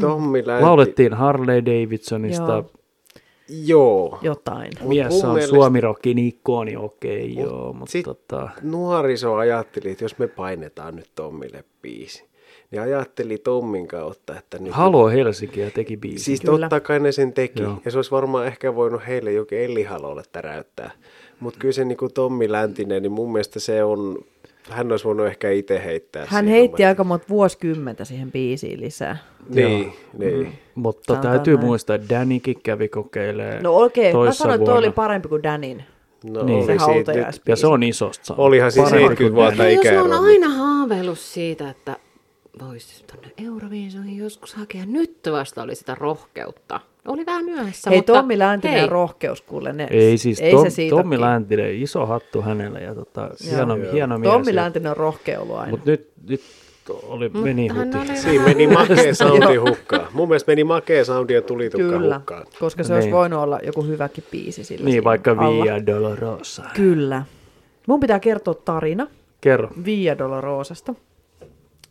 C: Tommi lähti.
B: Laulettiin Harley Davidsonista.
A: Joo.
B: Joo.
C: Joo.
A: Jotain.
B: Mies
C: Mun
B: on
C: mielestä-
B: suomirokin ikoni, okei okay, joo, mutta
C: sit-
B: tota,
C: nuoriso ajatteli, että jos me painetaan nyt Tommille biisi, niin ajatteli Tommin kautta, että nyt...
B: Halo Helsinkiä teki biisin.
C: Siis
B: Siis...
A: Kyllä.
C: Kyllä. totta kai ne sen teki. Joo.
B: Joo.
C: Ja se olisi varmaan ehkä voinut heille jokin Ellihalolle täräyttää. Mutta kyllä se niin kuin Tommi Läntinen, niin mun mielestä se on... Hän olisi voinut ehkä itse heittää.
A: Hän
C: siihen
A: heitti
C: oman-
A: aika monta vuosikymmentä siihen biisiin lisää.
C: Niin, niin. Mm.
B: Mutta
A: Sanotaan
B: täytyy
A: näin.
B: näin. muistaa, että Danikin kävi kokeilemaan
A: No okei, okay. mä
B: Eh, toissa
A: sanoin, että toi
B: vuonna.
A: oli parempi kuin Danin.
C: No
B: Niin.
C: niin.
A: Se
C: oli siitä nyt...
A: hautajaisbiisi.
B: Ja se on isosta sanottu.
C: Olihan siis
B: Parempi kuin
C: 70
A: No
C: vuotta
D: jos
C: ikää.
D: mä oon aina haaveillut siitä, että voisi tuonne Euroviisuihin joskus hakea, nyt vasta oli sitä rohkeutta. Oli vähän myöhässä,
A: Hei,
D: mutta
A: Tommi Läntinen
D: hei,
A: ja rohkeus kuule. Ne,
B: Ei siis ei Tom,
A: se siitä
B: Tommi
A: ole
B: Läntinen, iso hattu hänelle ja tota, hieno, hieno
A: kiinni.
B: mies.
A: Tommi Läntinen Mm, on rohkea ollut aina.
B: Mutta nyt, nyt oli, meni
D: hän
B: huti.
D: oli
C: Siinä meni makea soundi hukkaan. Mun mielestä meni makea soundi ja tulitukka
A: Kyllä,
C: hukkaan.
A: koska se olisi
B: Niin.
A: voinut olla joku hyväkin biisi sillä siinä
B: Niin, vaikka
A: alla.
B: Via Dolorosa.
A: Kyllä. Mun pitää kertoa tarina.
B: Kerro.
A: Via Dolorosasta.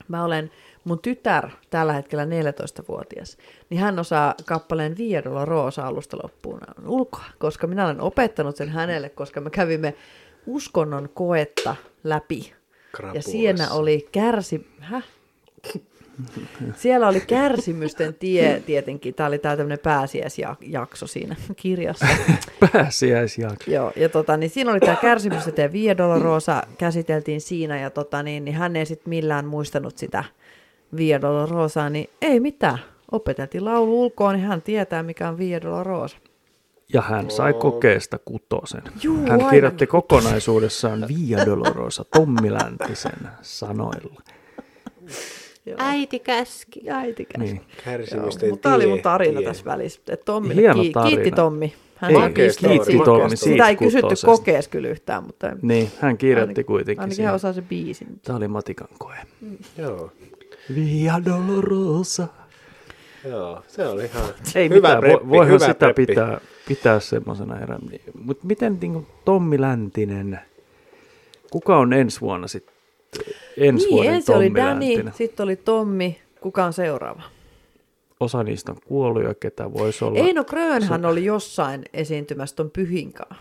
A: Mä olen, mun tytär, tällä hetkellä 14-vuotias, niin hän osaa kappaleen Via Dolorosa alusta loppuun ulkoa, koska minä olen opettanut sen hänelle, koska me kävimme uskonnon koetta läpi. Ja
C: Krapulassa.
A: siinä oli kärsi... Häh? Siellä oli kärsimysten tie tietenkin. Tämä oli tämä tämmöinen pääsiäisjakso siinä kirjassa.
B: Pääsiäisjakso.
A: Joo, ja tota, niin siinä oli tämä kärsimys, että Via Dolorosa käsiteltiin siinä, ja tota, niin, niin hän ei sitten millään muistanut sitä Via Dolorosaa, niin ei mitään. Opeteltiin laulu ulkoa, niin hän tietää, mikä on Via Dolorosa.
B: ja hän sai kokeesta kutosen.
A: Juu,
B: hän
A: aivan.
B: kirjoitti kokonaisuudessaan Via Dolorosa Tommi Läntisen sanoilla.
D: Äiti käski.
A: Äiti käsi.
B: Niin.
C: Kärsimysten
A: Mutta tämä oli mun tarina
C: tie.
A: tässä välissä. Et Tommille
B: Hieno
A: ki-
B: tarina.
A: kiitti Tommi. Hän
B: Ei,
A: sai
C: kiitti
A: pisteet
C: Tommi
A: siitä
C: Tommi
A: kokeesta.
C: siitä
A: Sitä ei kysytty
B: kutosesta.
A: kokees kyllä yhtään, mutta
B: niin, hän kirjoitti
A: ainakin-
B: kuitenkin
A: ainakin
B: siihen.
A: hän osaa sen biisin.
B: Tämä oli Matikan koe.
C: Joo.
B: Via Dolorosa.
C: Joo, se oli ihan
B: Ei
C: hyvä
B: mitään,
C: preppi,
B: preppi, voihan
C: hyvä
B: sitä
C: preppi.
B: pitää, pitää semmoisena erään. Mutta miten niin Tommi Läntinen, kuka on ensi vuonna sitten? Ensi
A: Niin,
B: vuoden
A: ensin
B: Tommi
A: oli Dani,
B: Läntinen.
A: sitten oli Tommi. Kuka on seuraava?
B: Osa niistä on kuollut ja ketä voisi olla.
A: Eino Grönhän oli jossain esiintymässä ton pyhinkaan.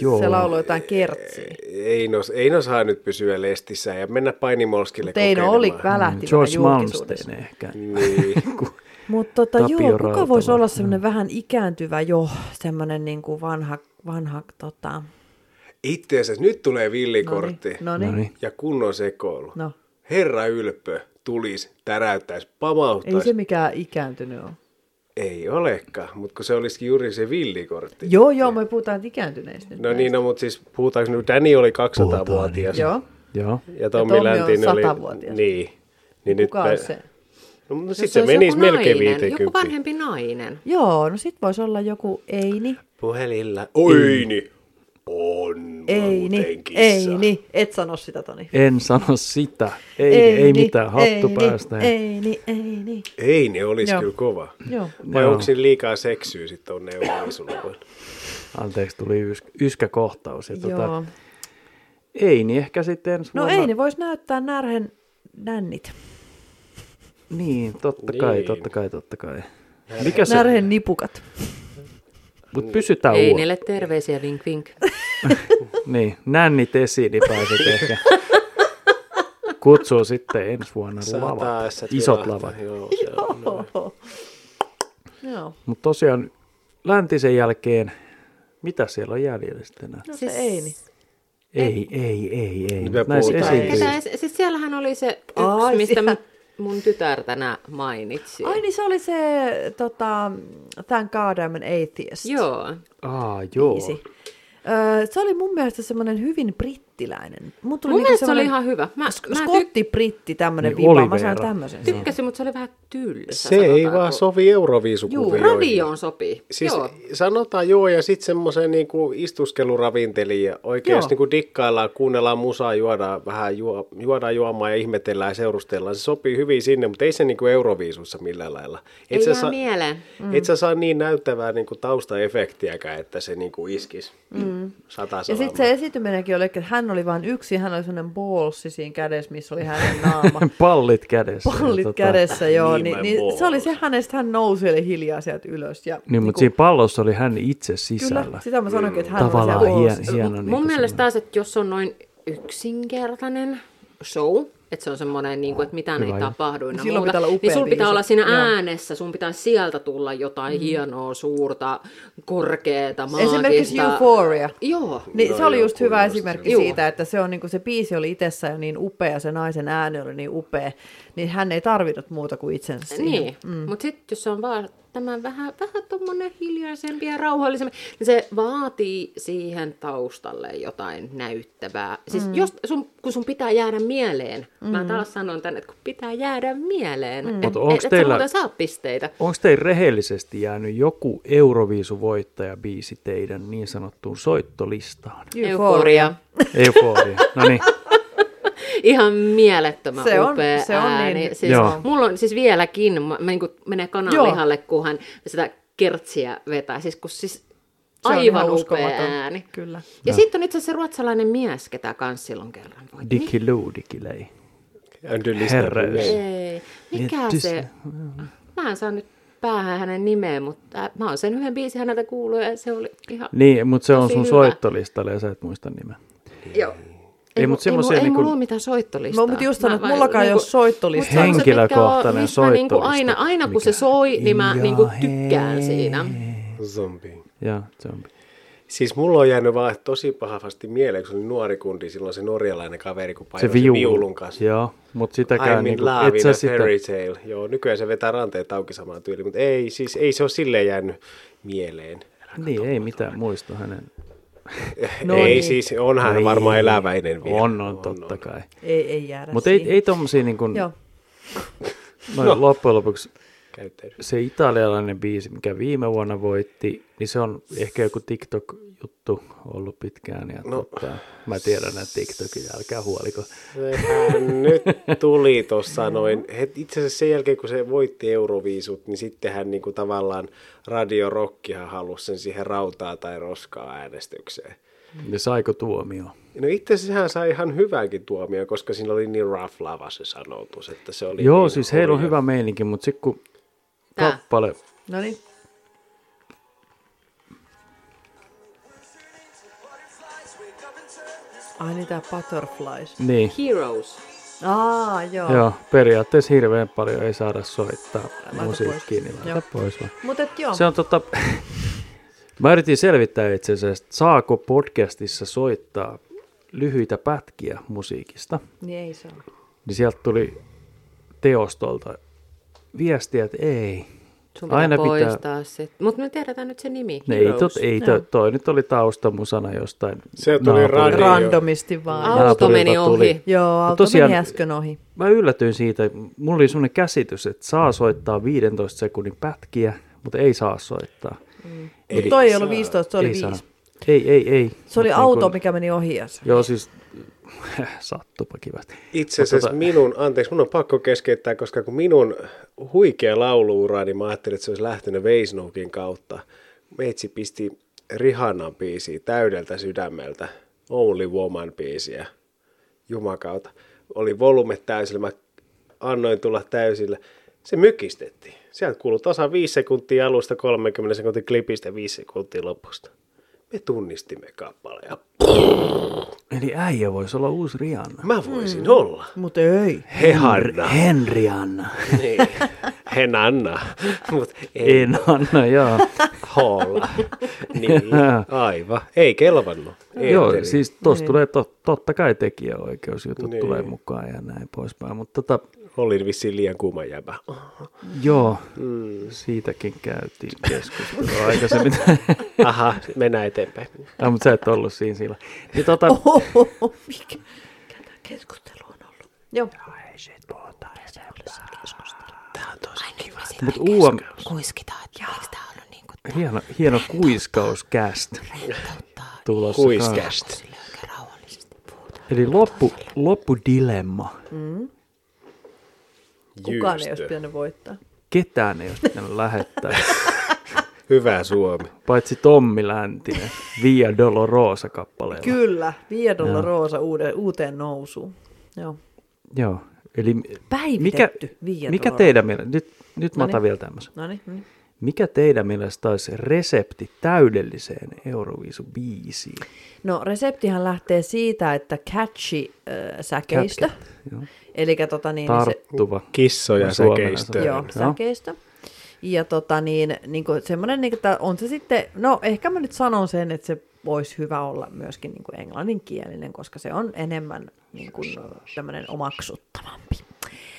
B: Joo.
A: Se lauloi jotain kertsiä.
C: Eino, Eino saa nyt pysyä lestissä ja mennä painimolskille
A: Mutta Eino no oli
C: kokeilemaan.
A: välähti
B: Mm, George
A: vähän julkisuudessa.
B: Malmsteen ehkä.
C: Niin.
A: Mutta tota,
B: Tapio
A: joo, kuka
B: Rautala.
A: voisi olla semmoinen vähän ikääntyvä jo, semmoinen niin kuin vanha, vanha tota...
C: Itse asiassa nyt tulee villikortti
A: No
B: No
A: niin,
B: niin.
C: ja kunnon sekoilu.
A: no.
C: Herra ylpö tulisi, täräyttäisi,
A: Ei
C: pamauttaisi.
A: se mikään ikääntynyt ole.
C: Ei olekaan, mutta kun se olisikin juuri se villikortti.
A: Joo, joo, me puhutaan nyt ikääntyneistä nyt.
C: No niin, no, mutta siis puhutaanko nyt, Danny oli 200-vuotias
A: Joo.
B: Joo.
C: ja
A: Ja Tommi
C: Tommi
A: on
C: Läntinen oli...
A: 100-vuotias.
C: Niin. niin nyt
A: Kuka
C: me-
A: on se?
C: No, mutta
D: Jos
C: sitten se
D: olisi
C: menisi
D: joku
C: melkein
D: nainen, Joku
C: 50.
D: vanhempi nainen.
A: Joo, no sit voisi olla joku Eini.
C: Puhelilla. Oini. On
A: Eini,
C: muuten kissa.
A: Eini. Et sano sitä, Toni.
B: En sano sitä. Ei, ei,
A: niin,
B: ei mitään hattu
A: Eini,
B: päästä.
A: Eini, Eini.
C: Eini olisi
A: Joo.
C: kyllä kova.
A: Joo.
C: Vai
B: Joo.
C: onko siinä liikaa seksyä sitten tuonne Euroviisulle?
B: Anteeksi, tuli ys, yskäkohtaus. Ja
A: joo.
B: tota, ei, niin ehkä sitten ensi
A: No
B: vuonna.
A: Eini voisi näyttää närhen nännit.
B: Niin, totta kai,
C: Niin.
B: totta kai, totta kai. Mikä se?
A: Närhen nipukat.
B: Mut pysytään
D: Ei
B: uo.
D: niille terveisiä, vink vink.
B: Niin, nännit esiin, niin pääset ehkä. Kutsuu sitten ensi vuonna lavat, isot lavat.
C: Joo, se on.
B: No.
A: Joo. Joo.
B: Mutta tosiaan läntisen jälkeen, mitä siellä on jäljellä sitten enää?
A: No se
D: Siis-
A: Eini.
B: Ei, ei, ei, ei.
C: Mitä
B: Näissä
C: puhutaan?
B: esiintyjissä.
D: Ketä, es- siis siellähän oli se yksi,
A: Ai,
D: mistä
A: siellä-
D: mun tytär tänään mainitsi.
A: Ai niin se oli se tota, Thank God I'm an Atheist.
D: Joo.
B: Aa, joo.
A: biisi. Öö, se oli mun mielestä semmoinen hyvin brittiläinen. Mun, tuli
D: Mun
A: niinku
D: mielestä se oli
A: semmoinen
D: ihan hyvä. Mä,
A: sk-
D: mä tyk-
A: Skotti-britti tämmöinen
B: Niin,
A: niin, vipa. Mä
B: Olivera.
A: sain tämmöisen. Ty-
D: tykkäsin, mutta se oli vähän tylsä.
C: se ei
D: sanotaanko.
C: vaan sovi
D: Juu,
C: Euroviisukuvioihin.
D: radioon sopii.
C: Siis
D: Joo.
C: sanotaan joo ja sitten semmoisen niinku istuskeluravintelin ja
A: Joo.
C: oikeasti niinku dikkaillaan, kuunnellaan musaa, juodaan vähän juo, juodaan juomaan ja ihmetellään ja seurustellaan. Se sopii hyvin sinne, mutta ei se niinku Euroviisussa millään lailla. Et
D: Ei
C: sä
D: jää mieleen.
C: Et sä saa niin näyttävää niinku taustaefektiäkään, että se niinku iskisi mm. sata
A: ja sitten se esityminenkin oli, että hän oli vain yksi, hän oli semmoinen bolssi siinä kädessä, missä oli hänen naama.
B: Pallit kädessä.
A: Pallit
B: Tota,
A: kädessä, joo.
C: Niin
A: Niin,
C: mä
A: niin, se oli
C: balls.
A: se hänestä, hän nousi eli hiljaa sieltä ylös. Ja, niinku-
B: Niin, mutta siinä pallossa oli hän itse sisällä.
A: Kyllä, sitä mä sanoinkin, että hän
B: Tavallaan
A: oli siellä
B: hien,
A: bolssi.
B: hieno.
D: Mun
B: niinku
D: mielestä taas, että jos on noin yksinkertainen show, että se on semmoinen, niin kuin, että mitään
B: Hyvä
D: ei
B: idea.
D: tapahdu ja
A: Silloin
D: muuta,
A: pitää olla
D: niin
A: upea
D: sun pitää
A: biisi.
D: olla siinä
A: Joo. Mm.
D: äänessä, sun pitää sieltä tulla jotain hienoa, suurta, korkeata, maagista.
A: Esimerkiksi Euphoria.
D: Joo.
A: Niin
C: No
A: se oli
C: joo,
A: just hyvä
C: kuulosti
A: esimerkki
D: hyvältä.
A: siitä, että se, on, niin kuin, se biisi oli itsessään jo niin upea, se naisen ääni oli niin upea, niin hän ei tarvinnut muuta kuin itsensä siihen.
D: Niin, mm. mutta sitten jos se on vaan tämä vähän, vähän tuommoinen hiljaisempi ja rauhallisempi, niin se vaatii siihen taustalle jotain näyttävää. Siis mm. jos sun, kun sun pitää jäädä mieleen, mm. mä taas sanon tänne, että kun pitää jäädä mieleen, mm.
B: Mut
D: että
B: onks
D: et, et sä
B: teillä-
D: muuten saa pisteitä.
B: Onko teillä rehellisesti jäänyt joku Euroviisuvoittajabiisi teidän niin sanottuun soittolistaan?
D: Euforia.
B: Euforia. No niin,
D: Ihan mielettömän
A: Se on-
D: upea
A: se on niin-
D: ääni. Siis,
B: Joo.
D: Mulla on siis vieläkin, mä, mä niin menen
A: Joo.
D: kananlihalle, kun hän sitä kertsiä vetää. Siis, kun siis
A: Se on ihan
D: aivan upea
A: uskomaton.
D: ääni.
A: Kyllä.
D: Ja sitten on itse asiassa se ruotsalainen mies, ketä kans silloin kerran voi.
B: Dikki Lou, Dikki Lei. Herreys.
C: Herreys.
D: Ei, mikä
B: Niin,
D: se... Mä en saa nyt päähän hänen nimeä, mutta äh, mä oon sen yhden biisin häneltä kuullut ja se oli ihan...
B: Niin, mutta se on
D: Tosi
B: sun
D: hyvä.
B: soittolistalla ja sä et muista nimeä.
D: No Joo.
B: Ei,
D: Ei,
B: mut
D: mut ei,
B: semmoisia
D: mulla, ei
B: niinku-
D: mulla ole mitään soittolistaa.
A: Mä- No, mut just sanon,
D: Mä-
A: että
D: mä-
A: mullakaan ei oo soittolistaa.
D: mut se on se, mitkä
B: Henkilökohtainen
D: on- mistä mä niinku
B: soittolista.
D: Aina, aina kun se
B: Mikä?
D: soi, niin mä
B: Ja
D: niinku tykkään siinä.
C: Zombi.
B: Ja, se on.
C: Siis mulla on jäänyt vaan tosi pahvasti mieleen, kun se oli nuori kundi, silloin se norjalainen kaveri, kun painoi
B: Se
C: se viulu.
B: viulu.
C: viulun kanssa.
B: Joo, mutta
C: I'm
B: sitäkään
C: in
B: niinku,
C: love
B: et
C: in
B: sä
C: a
B: sitä...
C: fairy tale. Joo, nykyään se vetää ranteet auki samaan tyyliin, mutta ei, siis ei se ole silleen jäänyt mieleen. Älä
B: Niin, ei mitään muistu hänen.
A: No
C: No ei
A: niin.
C: niin. siis, onhan ei. varmaan eläväinen vielä.
B: No On, on, totta kai.
A: Ei, ei jäädä
B: Mutta ei,
A: siihen.
B: ei tommosia niin kuin,
A: Joo.
B: noin no. loppujen lopuksi
C: Käyttäydy.
B: se italialainen biisi, mikä viime vuonna voitti, niin se on ehkä joku TikTok-juttu ollut pitkään. Ja no. tota, mä tiedän näitä TikTokin, älkää huoliko.
C: Sehän nyt tuli tuossa noin, het- itse asiassa sen jälkeen kun se voitti Euroviisut, niin sittenhän niinku tavallaan Radio Rockihan halusi sen siihen rautaa tai roskaa äänestykseen.
B: Ja saiko tuomio?
C: No itse asiassa sehän sai ihan hyvänkin tuomion, koska siinä oli niin raflava se sanotus, että se oli
B: Joo,
C: niin
B: siis heillä on
C: hurja.
B: hyvä meininki, mutta sitten kun
D: Tää.
B: kappale,
A: No niin. Ai niin, tää Butterflies.
B: niin,
D: Heroes.
A: Aa, joo.
B: joo, periaatteessa hirveän paljon ei saada soittaa
A: pois.
B: musiikkiin, niin
A: Joo.
B: laita pois vaan.
A: Mut et joo.
B: Se on tota... Mä yritin selvittää itse asiassa, että saako podcastissa soittaa lyhyitä pätkiä musiikista.
A: Niin ei se ole.
B: Niin sieltä tuli teostolta viestiä, että ei.
D: Sun pitää
B: Aina
D: Aina
B: pitää-
D: poistaa pitää... se. Mutta me tiedetään nyt se nimi.
B: Ne ei,
D: Heroes.
B: tot, ei to, toi nyt oli taustamusana jostain.
C: Se tuli
B: naapurilta.
C: radio.
A: Randomisti vaan.
B: Au-
D: Auto
B: Naapurilta
D: meni
B: tuli.
D: ohi.
A: Joo,
B: Mut tosiaan-
A: auto tosiaan... meni äsken ohi.
B: Mä yllätyin siitä, mulla oli sellainen käsitys, että saa soittaa 15 sekunnin pätkiä, mutta ei saa soittaa.
A: Mut toi ei ollut 15, se oli
B: ei
A: 5.
B: Saa. Ei, ei, ei.
A: Se oli
B: Mut
A: auto,
B: niinku-
A: mikä meni ohi. ja se-
B: Joo, siis sattupa kivasti.
C: Itse asiassa
B: tota-
C: minun, anteeksi, minun on pakko keskeyttää, koska kun minun huikea lauluura, niin mä ajattelin, että se olisi lähtenyt Veisnuukin kautta. Meitsi pisti Rihannan biisiä täydeltä sydämeltä, Only Woman biisiä, jumakauta. Oli volume täysillä, mä annoin tulla täysillä. Se mykistettiin. Sieltä kuului tasa 5 sekuntia alusta, 30 sekuntia klipistä, 5 sekuntia lopusta. Me tunnistimme kappaleen.
B: Eli äijä voisi olla uusi Rihanna.
C: Mä voisin mm. olla.
A: Mut ei.
C: Hehanna.
B: Henri Anna.
C: Niin. Hen anna. Mut ei
B: En Anna, joo.
C: holla. Niin, aivan. Ei kelvannut. Ei
B: joo,
C: ettei.
B: siis
A: Niin.
B: tuossa tulee to, totta kai tekijäoikeusjutut
C: Niin.
B: tulee mukaan ja näin poispäin. Mutta tota,
C: Olin vissiin liian kuuma jäbä.
B: joo, mm. siitäkin käytiin keskustelua aikaisemmin.
C: Aha, mennään eteenpäin.
B: ah, mutta sä et ollut siinä sillä. Niin tota,
A: Oh, Ohoho, mikä, mikä tää keskustelu on ollut? Joo. niin,
B: mut UM,
D: Kuiskitaan, että eikö tää ollut niin kuin
B: hieno, hieno kuiskauscast tulossa. kanssa.
C: Kuiskäst.
D: sille oikein rauhallisesti puhutaan.
B: Eli loppu, loppudilemma.
A: Kukaan ei olisi
C: Jyystä.
A: pitänyt voittaa.
B: Ketään ei olisi pitänyt lähettää.
C: Hyvä Suomi.
B: Paitsi Tommi Läntinen, Via Dolorosa kappaleella.
A: Kyllä, Viedolla Roosa uude, uuteen nousuun. Joo.
B: Joo, eli mikä,
A: Päivitetty Via
B: mikä
A: Dolorosa.
B: teidän mielestä, nyt, nyt mä otan
A: Noniin.
B: vielä tämmöisen.
A: No niin,
B: Mikä teidän mielestä olisi resepti täydelliseen Euroviisubiisiin?
A: No reseptihan lähtee siitä, että catchy äh, säkeistö.
B: Joo.
A: Eli tota niin, niin se,
B: Tarttuva.
C: Kissoja
B: No, Suomena
C: säkeistö.
B: se-
A: joo,
B: Joo.
A: säkeistö. Ja tota niin, niin kuin semmoinen, niin, että on se sitten, no ehkä mä nyt sanon sen, että se voisi hyvä olla myöskin niin kuin englanninkielinen, koska se on enemmän niin kuin tämmöinen omaksuttavampi.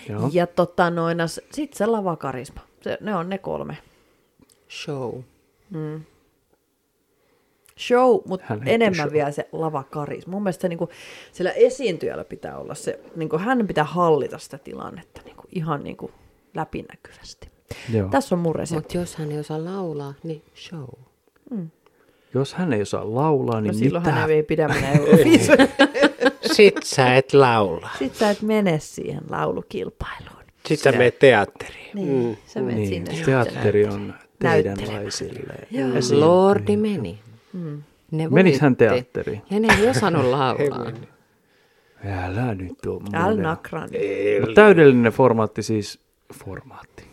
B: Joo.
A: Ja tota noin, sitten se lavakarisma. Se, ne on ne kolme.
D: Show.
A: show, mutta
B: Hän heitti
A: enemmän
B: show.
A: show. vielä se lavakarisma. Mun mielestä se, niin kuin, sillä esiintyjällä pitää olla se, niin kuin, hän pitää hallita sitä tilannetta niin kuin, ihan niin kuin, läpinäkyvästi.
B: Joo.
A: Tässä on mun resepti.
D: Mutta jos hän ei osaa laulaa, niin show.
B: Jos hän ei osaa laulaa,
A: No,
B: niin
A: silloin
B: mitä?
A: hän ei pidä mennä Euroviisuun.
C: Sit sä et laula.
A: Sitten sä et mene siihen laulukilpailuun.
C: Sit sä meet teatteriin.
A: Niin, mm. sä menet niin,
B: Niin,
A: sinne.
B: teatteri on teidän
A: Näyttelemään.
B: laisilleen.
D: Esiin. Lordi meni.
A: Hmm.
D: Ne
B: Menis niin. hän
D: voitti.
B: teatteriin?
D: Ja ne ei osannut laulaa.
B: Älä nyt ole
A: Al
B: monen.
A: Nakran
B: Mut Täydellinen formaatti siis, formaatti.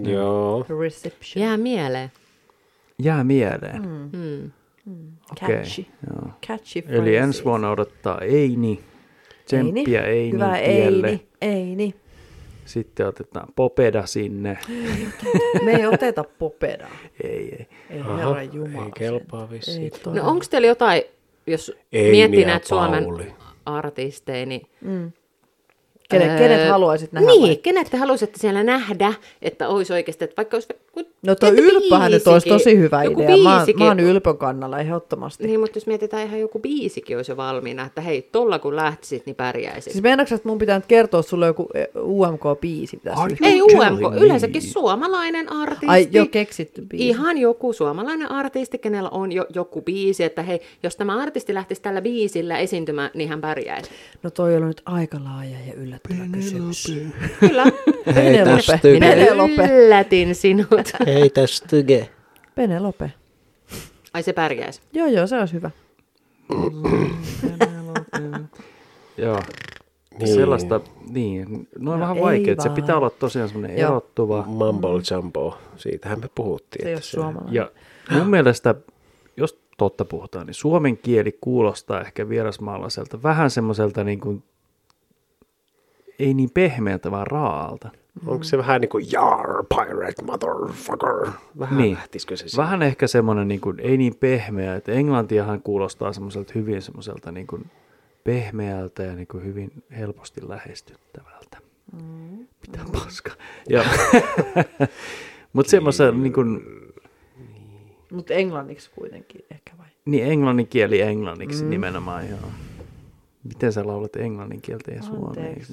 A: Niin.
C: Joo.
A: reception.
D: Jää mieleen.
B: Jää mieleen. Mm. Okei,
A: Catchy.
B: joo.
A: Catchy
B: Eli
A: phrases.
B: ensi vuonna odottaa Eini, tsemppiä Eini,
A: Hyvä
B: tielle.
A: Eini. Eini.
B: Sitten otetaan Popeda sinne.
A: Me ei oteta popedaa.
B: Ei, ei.
A: Ei herra jumala.
C: Ei kelpaa vissiin.
D: No onko teillä jotain, jos
C: Ei
D: miettii
C: niin,
D: näitä Suomen
C: Pauli.
D: artisteja, niin mm.
A: Kenet,
D: Öö,
A: kenet haluaisit nähdä?
D: Niin,
A: vai?
D: kenet te haluaisitte siellä nähdä, että olisi oikeasti, että vaikka olisi... kun
A: No toi
D: teitä
A: Ylppähän nyt olisi
D: biisikin-
A: tosi hyvä
D: joku
A: idea. Mä, oon-
D: biisikin-
A: mä oon Ylpön kannalla ehdottomasti.
D: Niin, mutta jos mietitään ihan joku biisikin olisi jo valmiina, että hei, tolla kun lähtisit, niin pärjäisit.
A: Siis meinaatko, että mun pitää nyt kertoa sulle joku eh, UMK-biisi tässä
B: Ai,
A: nyt?
D: Ei
B: You're
D: UMK,
B: telling
D: yleensäkin
B: me.
D: suomalainen artisti.
A: Ai, jo keksitty biisi.
D: Ihan joku suomalainen artisti, kenellä on jo joku biisi, että hei, jos tämä artisti lähtisi tällä biisillä esiintymään, niin hän pärjäisi.
A: No toi on nyt aika laaja ja yllättävä kysymys.
D: Kyllä.
A: Penelope.
E: työ.
D: Minä
A: Penelope.
D: yllätin sinut.
E: Hei tässä tyge.
A: Penelope.
D: Ai se pärjäisi.
A: Joo, joo, se olisi hyvä.
B: Joo.
C: Niin.
B: Niin. Sellaista, niin, no on
A: No
B: no vähän
A: ei
B: vaikeet. Se
A: vaan.
B: pitää olla tosiaan semmoinen
A: Joo.
B: erottuva.
C: Mumble jumbo, siitähän me puhuttiin.
A: Se ei ole
C: että se-
A: suomalainen.
B: Ja mun mielestä, jos totta puhutaan, niin suomen kieli kuulostaa ehkä vierasmaalaiselta vähän semmoiselta niin kuin, ei niin pehmeältä, vaan raaalta.
C: Onko se vähän niin kuin Jar, pirate, motherfucker? Vähän niin.
B: Niin.
C: lähtisikö se
B: Vähän ehkä semmoinen, niin kuin, ei niin pehmeä, että englantiahan kuulostaa semmoiseltä hyvin semmoiseltä niin kuin pehmeältä ja niin kuin hyvin helposti lähestyttävältä.
A: Mm.
B: Mitä paska. Mutta semmoisen niin kuin,
A: Mutta englanniksi kuitenkin ehkä vai?
B: niin englannin kieli englanniksi mm. nimenomaan, joo. Miten sä laulat englannin kieltä ja
A: Anteeksi,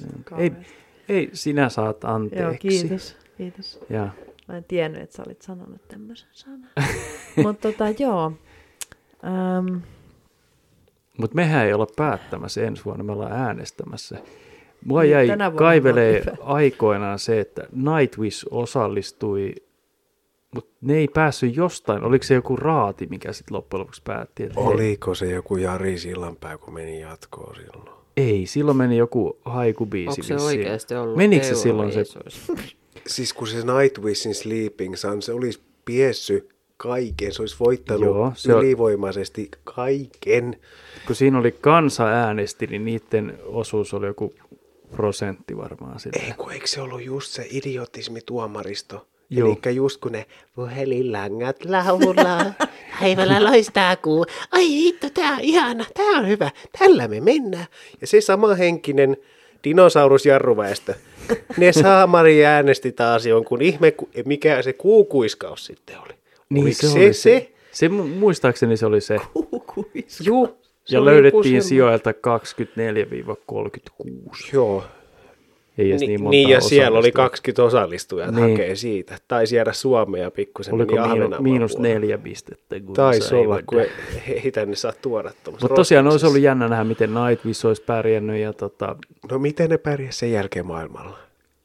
B: suomeksi? Ei,
A: kauheasti.
B: ei, sinä saat anteeksi.
A: Joo, kiitos. Kiitos.
B: Ja,
A: Mä en tiennyt, että sä olit sanonut tämmöisen sanan. Mutta tota, joo. Öm,
B: mutta mehän ei olla päättämässä ensi vuonna, me ollaan äänestämässä. Mua
A: Niin,
B: jäi
A: tänä vuonna
B: kaivelee
A: on hyvä.
B: aikoinaan se, että Nightwish osallistui, mutta ne ei päässyt jostain. Oliko se joku raati, mikä sitten loppujen lopuksi päätti? Että hei,
C: Oliko se joku Jari Sillanpää, kun meni jatkoon silloin?
B: Ei, silloin meni joku haikubiisi
D: Onko se
B: vissiin.
D: oikeasti ollut
B: Menikö se silloin se?
D: Euroviisuissa?
C: Siis kun se Nightwishin Sleeping Sun, se olisi piessy kaiken, se olisi voittanut Joo,
B: Joo,
C: se
B: se on-
C: ylivoimaisesti kaiken.
B: Kun siinä oli kansa äänesti, niin niiden osuus oli joku prosentti varmaan
C: Ei
B: sille.
C: kun eikö se ollut just se idiotismituomaristo?
B: Joo.
C: Elikkä just kun ne puhelinlangat
F: laulaa. Päivällä loistaa kuu. Ai hitto, tää on ihana.
C: Tää on hyvä, tällä me mennään. Ja se sama henkinen dinosaurusjarruväestö. Ne saamari äänesti taas jonkun ihme, ku- eh, mikä se kuukuiskaus sitten oli. Oliko
B: oli Niin se. se mu- muistaakseni se oli se.
C: Juu. se
B: ja
C: oli
B: löydettiin
C: joku semmo-
B: sijoilta 24-36.
C: Joo.
B: Ei edes
C: Ni,
B: niin,
C: niin,
B: monta
C: niin ja siellä oli
B: osallistujaa.
C: 20 osallistujaa, niin.
B: Niin.
C: hakee siitä. Taisi jäädä Suomea pikkusen.
B: Oliko
C: meni
B: miinus,
C: Ahvenanmaan
B: miinus
C: puolelle.
B: neljä pistettä? kun
C: Taisi
B: sä ei
C: olla,
B: voi
C: kun
B: tehdä.
C: ei, ei tänne saa tuoda tuommoista
B: Mutta tosiaan olisi
C: roskiksessa.
B: ollut jännä nähdä, miten Nightwish olisi pärjännyt. Ja tota,
C: No miten ne pärjäs sen jälkeen maailmalla?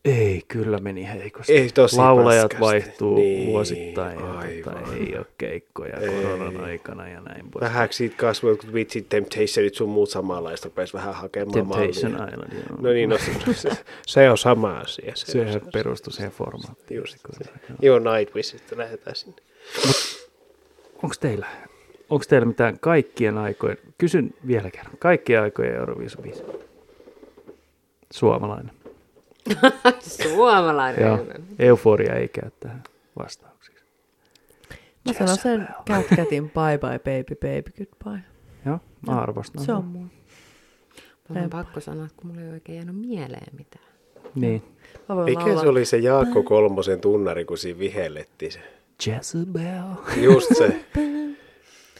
B: ei, kyllä meni heikosti.
C: Ei, tosi
B: Laulajat
C: paskasti.
B: vaihtuu
C: Niin,
B: vuosittain. Ja tota,
C: aivan.
B: ei ole keikkoja koronan aikana ja näin pois.
C: Vähäksi siitä kasvoi jotkut vitsit, Temptationit sun muut samanlaista, rupesi vähän hakemaan
B: Temptation
C: mallia.
B: Island. Joo.
C: No niin, no, se- se, se on sama asia. Se, se,
B: Sehän perustui siihen formaattiin.
C: just, se. Joo, Nightwish, että lähdetään sinne.
B: Onko teillä, onks teillä mitään kaikkien aikojen, kysyn vielä kerran, kaikkien aikojen Euroviisubiisi? Suomalainen.
D: Suomalainen.
B: Joo. Euforia ei käy tähän vastauksiksi.
A: mä sanon sen kätkätin bye bye baby baby goodbye.
B: Joo, mä arvostan.
A: Se on mun.
D: Mun on pakko sanoa, että kun mulla ei oikein jäänyt mieleen mitään.
B: Niin.
A: Mä voin
C: Mikä
A: laulaa.
C: se oli se Jaakko Kolmosen tunnari, kun siinä vihellettiin se?
B: Jezebel.
C: Just se.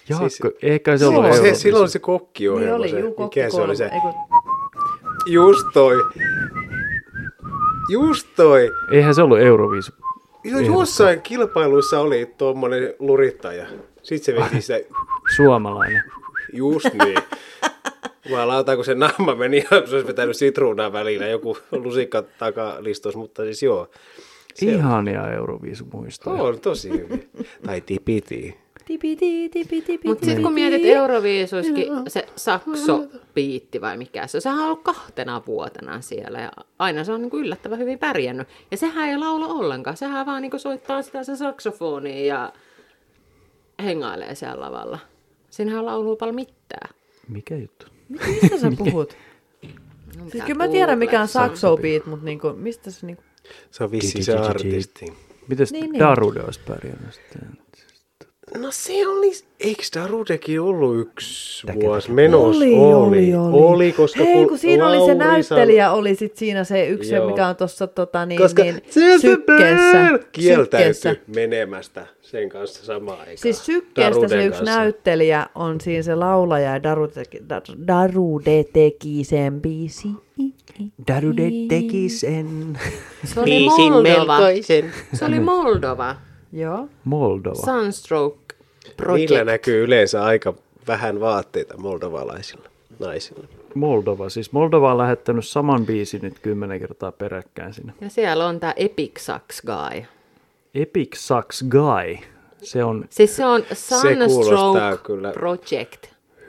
B: Jaakko,
C: Siis-
B: siis, eikä se ollut
C: Silloin se,
B: Euroviisu.
C: silloin se kokkiohjelma.
A: Niin oli,
C: se,
A: juu, kokki
C: mikä se oli se?
A: kolme, ei kun-
C: Just toi. Just toi.
B: Eihän se ollut Euroviisu.
C: Jo, jossain kilpailuissa oli tuommoinen lurittaja. Sitten se veti sitä,
B: Suomalainen.
C: just niin. Mä lautaan, kun se naama meni, ja se olisi vetänyt sitruunaa välillä, joku lusikka takalistos, mutta siis joo.
B: Ihania Euroviisu muistoja.
C: On tosi hyvin. tai tipiti.
A: Tipi tii, tipi tipi
D: Mutta sitten kun mietit Euroviisuiskin se saksopiitti vai mikä se on, sehän on ollut kahtena vuotena siellä ja aina se on niinku yllättävän hyvin pärjännyt. Ja sehän ei laula ollenkaan, sehän vaan niinku soittaa sitä se saksofonia ja hengailee siellä lavalla. Siinähän lauluu paljon mitään.
B: Mikä juttu?
A: Mistä sä puhut?
D: Mun
A: Siis
D: pitää
A: kyllä mä tiedän mikä on
D: googlaa.
A: sakso beat, mutta niinku, mistä se niinku...
C: Se on vissiin se artisti.
B: Mites
A: Niin,
B: niin, niin.
A: niin.
B: Darude olisi pärjännyt sitten?
C: No se oli, eikö Darudekin ollut yksi
B: Täkä,
C: vuosi
B: täkä.
C: menossa? oli, oli koska
A: Hei, kun siinä oli se
C: Lauri sanoi-
A: näyttelijä, oli sit siinä se yksi,
C: Joo.
A: mikä on tuossa tota, niin,
C: Koska
A: niin,
C: Sylvester
A: sykkeessä. sykkeessä.
C: kieltäytyi menemästä sen kanssa samaan aikaan.
A: Siis sykkeestä se
C: Daruden
A: yksi
C: kanssa.
A: näyttelijä on siinä se laulaja ja Daru teki, Dar- Darude teki sen biisi.
B: Darude teki sen.
D: Se oli
C: Niin,
F: Biisin
D: Moldova.
F: melkoisen.
D: Se oli Moldova.
A: Joo.
B: Moldova.
D: Sunstroke Project.
C: Niillä näkyy yleensä aika vähän vaatteita moldovalaisilla naisilla.
B: Moldova. Siis Moldova on lähettänyt saman biisin nyt kymmenen kertaa peräkkäin sinne.
D: Ja siellä on tämä Epic Sax Guy.
B: Epic Sucks Guy. Se on
D: Siis se on
C: kuulostaa
D: Sunstroke
C: kyllä.
D: Project.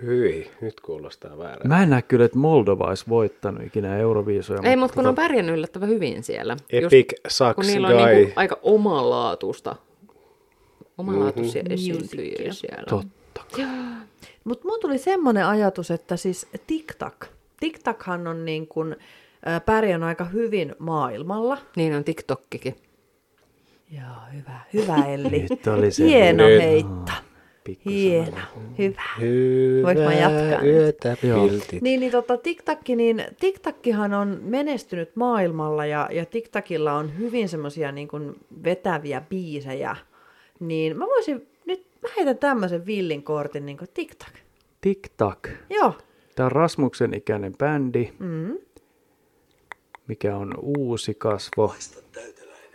C: Hyi, nyt kuulostaa
A: No,
C: väärältä.
B: Mä en näe kyllä, että Moldova olisi voittanut ikinä Euroviisuja.
D: Ei,
B: mutta
D: mutta kun ne on pärjännyt yllättävän hyvin siellä.
C: Epic
D: kun
C: Sax
D: niillä on
C: Guy.
D: niinku aika omanlaatuista, omanlaatuisia mm-hmm. esiintyjiä siellä.
B: Totta.
A: Mutta mun tuli semmoinen ajatus, että siis TikTok. TikTokhan on niin kun, äh, pärjännyt aika hyvin maailmalla.
D: Niin on TikTokkikin.
A: Joo, hyvä. Hyvä Elli.
B: Nyt oli se.
A: Hieno
C: Nyt.
A: heitto. Hieno. Hyvä. Voinko mä jatkaa nyt?
C: Yötä
B: Joo.
C: piltit.
A: Niin, niin tota, TikTakki, niin TikTakkihan on menestynyt maailmalla ja, ja TikTakilla on hyvin semmoisia niin kuin vetäviä biisejä. Niin mä voisin, nyt mä heitän tämmöisen villin kortin, niin kuin TikTak.
B: TikTok.
A: Joo,
B: Tämä on Rasmuksen ikäinen bändi, mm. mikä on uusi kasvo.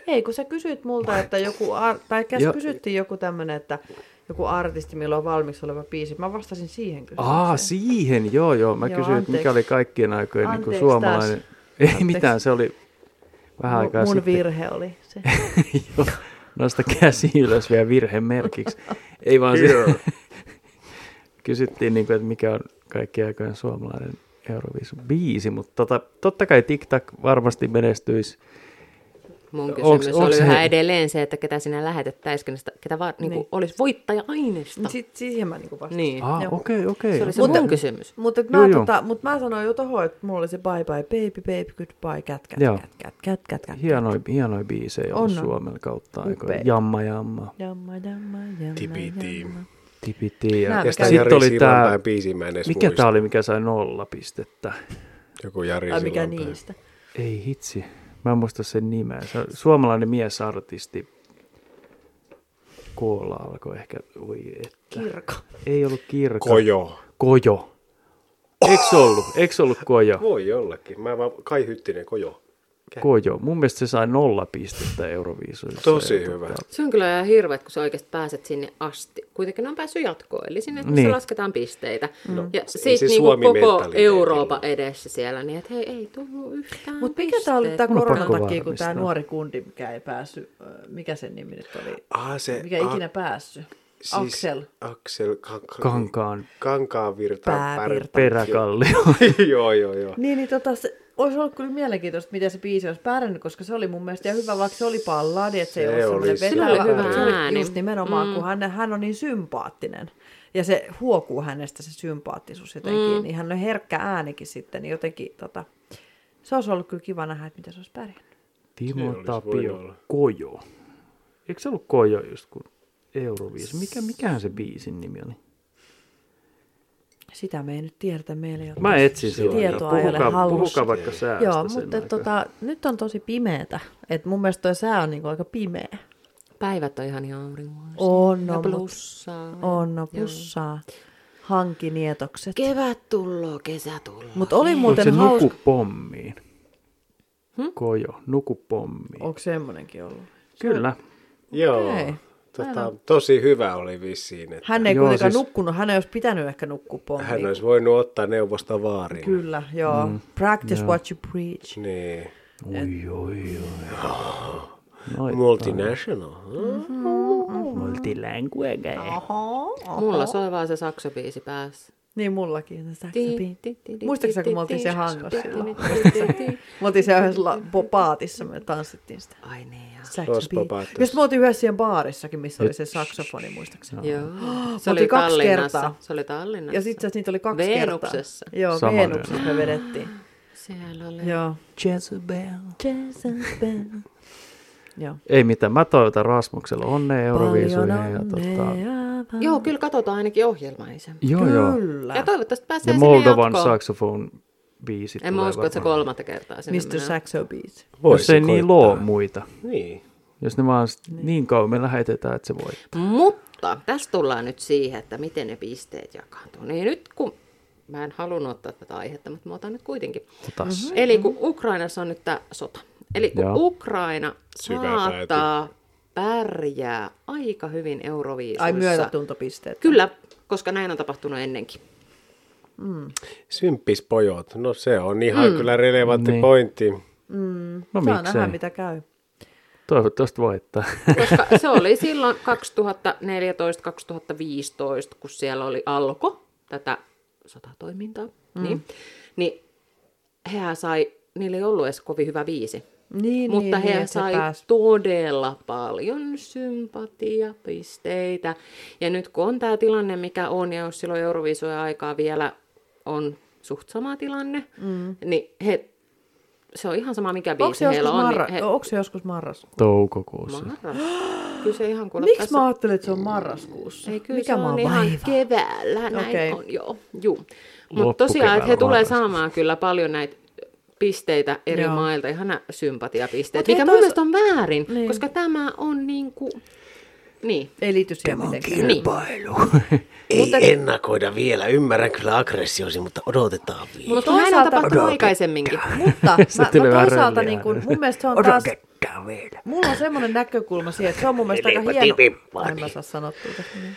A: ei kun sä kysyit multa, että joku, ar- tai käs
B: Joo.
A: kysyttiin joku tämmönen, että joku artisti, milloin on valmiiksi oleva biisi. Mä vastasin siihen kysymykseen.
B: Aa, siihen, joo joo. Mä
A: Joo,
B: joo, kysyin, että mikä
A: anteeksi.
B: oli kaikkien aikojen niin kuin
A: Anteeksi
B: suomalainen.
A: taas.
B: Ei
A: Anteeksi.
B: mitään, se oli vähän
A: Mu-
B: aikaa
A: Mun
B: sitten.
A: virhe oli se.
B: Joo, Nosta käsi ylös vielä virhemerkiksi. Ei vaan se, kysyttiin, niin kuin, että mikä on kaikki aikojen suomalainen Euroviisun biisi, mutta tota, totta kai TikTok varmasti menestyisi.
D: Mun kysymys
B: Onks-
D: onks,
B: onks
D: oli
B: se-
D: yhä edelleen se, että ketä sinä lähetettäisikö, ketä vaan, niin
A: Niin.
D: kuin, olisi voittaja-aineesta.
A: Sitten siihen mä niinku vastasin.
D: Niin.
B: Ah,
A: Joo.
B: okei, okei.
D: Se oli se
A: Mutta-
D: mun kysymys.
A: Mutta
B: Joo,
A: mä,
B: joo.
A: tota, mut mä sanoin jo tohon, että mulla oli se bye bye baby, baby goodbye, cat, cat,
B: Joo.
A: cat, cat, cat, cat, cat.
B: Hienoja, hienoja biisejä on
A: On, on.
B: Suomella kautta aikoina.
A: Upeita.
B: Jamma, jamma,
A: Jamma, jamma, jamma,
C: Tipitii.
A: jamma.
B: tipiti. Ja,
A: Nää
B: ja
A: mä
C: Tästä
A: käyn-
B: sitten
C: Jari
B: oli tämä,
C: Sillanpään biisi mä en edes
B: mikä
C: muista.
B: tämä oli, mikä sai nolla pistettä?
C: Joku Jari
A: Tai mikä niin?
C: Sillanpää.
A: niistä.
B: Ei hitsi, mä en muista sen nimeä. Se on suomalainen miesartisti. Koola alkoi ehkä, voi että.
A: Kirko.
B: Ei ollut kirkka.
C: Kojo.
B: Kojo. Eikö se ollut? Eikö se ollut Kojo?
C: Voi jollakin. Mä vaan Kai Hyttinen Kojo.
B: Kojo. Mun mielestä se sai nolla pistettä Euroviisuissa.
C: Tosi
B: Ja
C: hyvä.
B: tota,
D: Se on kyllä ihan hirveet, kun sä oikeasti pääset sinne asti. Kuitenkin ne on päässyt jatkoon, eli sinne
B: Niin.
D: niin. lasketaan pisteitä. No, ja
C: se-
D: sitten
C: se
D: niinku
C: Suomi
D: koko
C: mentaliteetillä.
D: Eurooppa edessä siellä, niin että hei, ei tullut yhtään
A: Mutta mikä tämä oli tämä
B: Mun on
A: koronan
B: pakko
A: takia, kun tämä
B: varmistaa.
A: nuori kundi, mikä ei päässyt, ö, mikä sen nimi nyt oli,
C: Ah, se,
A: mikä
C: ah,
A: ikinä päässyt? Aksel.
C: Siis Aksel. Kanka,
B: Kankaan
C: kankaan virta.
A: Päävirta.
B: peräkallio.
C: joo, joo, joo.
A: Niin, niin tota, se, olisi ollut kyllä mielenkiintoista, miten se biisi olisi pärjännyt, koska se oli mun mielestä ihan hyvä, vaikka se oli palladi, että se,
C: Se
A: ei ollut
C: oli
A: semmoinen vetävä.
C: se.
D: Sillä oli
A: mutta
D: hyvä
A: se oli
D: ääni.
A: Just nimenomaan, mm. kun hän, hän on niin sympaattinen. Ja se huokuu hänestä se sympaattisuus jotenkin, mm. niin hän on herkkä äänikin sitten, niin jotenkin tota, se olisi ollut kyllä kiva nähdä, että miten se olisi pärjännyt.
B: Timo
C: olisi voinut
B: Tapio
C: olla.
B: Kojo. Eikö se ollut Kojo just kun Euroviisu? Mikä, mikähän se biisin nimi oli?
A: Sitä me ei nyt tiedetä meillä ei ole
B: Mä etsin silloin.
A: Tietoa ei ole
B: Puhukaa,
A: hallussa.
B: puhukaa vaikka säästä
A: Joo,
B: sen
A: mutta
B: aikaa.
A: tota, nyt on tosi pimeetä. Et mun mielestä toi sää on niinku aika pimeä.
D: Päivät on ihan auringoisia.
A: On,
D: ja
A: on, mut-
D: plussaa.
A: On, no pussaa. Hankinietokset.
D: Kevät tulloo, kesä tulloo.
A: Mutta oli
B: Onko se
A: muuten hauska.
B: nuku pommiin? Kojo, nuku pommiin.
A: Onko semmoinenkin ollut?
B: Kyllä.
C: Joo.
A: Okei.
C: Tota, tosi hyvä oli vissiin, että
A: Hän ei
B: Joo,
A: joo, kuitenkaan
B: siis-
A: siis... nukkunut, hän ei olisi pitänyt ehkä nukkua pommiin.
C: hän olisi voinut ottaa neuvosta vaarin.
A: Kyllä, joo. Mm. Practice yeah. what you preach.
C: Niin.
B: Oi, oi, oi. Noin.
C: Multinational.
A: Mm.
C: huh?
B: Multilanguage.
D: Mulla soi vaan se saksobiisi päässä.
A: Niin mullakin.
D: Ti- ti- ti- ti-
A: Muistatko sä,
D: ti-
A: kun me oltiin
D: ti-
A: siellä hangossa silloin?
D: ti- ti- ti-
A: Me oltiin siellä yhdessä la- po- paatissa, me tanssittiin sitä.
D: Ai niin, joo.
A: Saxon
C: Tuossa
A: beat.
C: paatissa.
A: Just me oltiin yhdessä siellä baarissakin, missä oli se saksofoni, muistaakseni.
D: Joo.
A: Me
D: Se oli
A: oltiin kaksi
D: Tallinnassa.
A: kertaa.
D: Se oli Tallinnassa.
A: Ja sitten niitä oli kaksi
D: Veenuksessa.
A: kertaa. Joo,
B: Saman
A: Veenuksessa me vedettiin.
D: Siellä oli.
A: Joo.
B: Jezebel.
A: Jezebel. Joo.
B: Ei mitään, mä toivotan Rasmukselle onnea Euroviisuihin.
A: Paljon
B: Ja tota,
A: onnea
D: Joo, kyllä katsotaan ainakin ohjelma, ei se.
B: Joo, joo.
A: Kyllä.
D: Ja toivottavasti pääsee
B: Ja
D: sinne
B: Moldovan
D: jatkoon.
B: saxophone biisi
D: En mä usko, että se kolmatta kertaa sinne
A: Mr.
D: menee.
A: Saxo Beat.
B: Jos ei niin
C: koittaa.
B: loo muita.
C: Niin.
B: Jos ne vaan s- niin kauan me lähetetään, että se voi.
D: Mutta tässä tullaan nyt siihen, että miten ne pisteet jakaantuu. Niin nyt kun, mä en halunnut ottaa tätä aihetta, mutta mä otan nyt kuitenkin. Mhm.
B: Otas.
D: Eli kun Ukrainassa on nyt tämä sota. Eli kun
B: Joo.
D: Ukraina
C: Syvä
D: saattaa pärjää aika hyvin Euroviisuissa.
A: Ai myötätuntopisteet.
D: Kyllä, koska näin on tapahtunut ennenkin.
C: Symppis pojot. No se on ihan mm. kyllä relevantti
B: Niin.
C: niin. pointti.
B: No
A: Saa nähdä,
B: miksei.
A: mitä käy.
B: Toivottavasti voittaa.
D: Koska se oli silloin 2014-2015, kun siellä oli alko tätä sotatoimintaa. Mm. Niin, niin hehän sai, niillä ei ollut edes kovin hyvä viisi.
A: Niin,
D: Mutta
A: niin,
D: he
A: niin,
D: sai todella paljon sympatiapisteitä. Ja nyt kun on tämä tilanne, mikä on, ja jos silloin Euroviisujen aikaa vielä on suht sama tilanne, mm. niin he, se on ihan sama mikä
A: Onko
D: biisi
A: se, joskus
D: heillä on.
A: marra... Oh.
D: niin he,
A: Onko se joskus marras?
B: Toukokuussa.
D: Marras. Kyllä se ihan kuule
A: Miksi
D: tässä-
A: mä ajattelin, että se on marraskuussa?
D: Ei, kyllä
A: Mikä
D: se
A: mä
D: on
A: oon
D: ihan
A: vaiva?
D: keväällä, näin
A: Okei.
D: on, joo. Juu. Mutta
B: Loppukeväällä
D: tosiaan, että he tulee
B: varmasti.
D: saamaan kyllä paljon näitä pisteitä eri
A: Joo.
D: joo. mailta, ihan nää sympatiapisteet,
A: Mut hei,
D: mikä mun
A: toisa-
D: mielestä on väärin,
A: Niin.
D: niin. koska tämä on niin kuin... Niin,
A: Ei liity siihen mitenkään.
D: niin.
C: Ei mutta... ennakoida vielä. Ymmärrän kyllä aggressiosi, mutta odotetaan vielä.
D: Mutta kun näin on
A: Toisaalta-
D: tapahtunut aikaisemminkin.
A: Mutta
B: Se
A: mä,
B: tuli
A: mä
B: vähän
A: toisaalta
B: rölliä.
A: niin kuin, mun mielestä se on taas... Mulla on semmoinen näkökulma siihen, että se on mun mielestä aika hieno... En mä saa sanottua tästä. niin.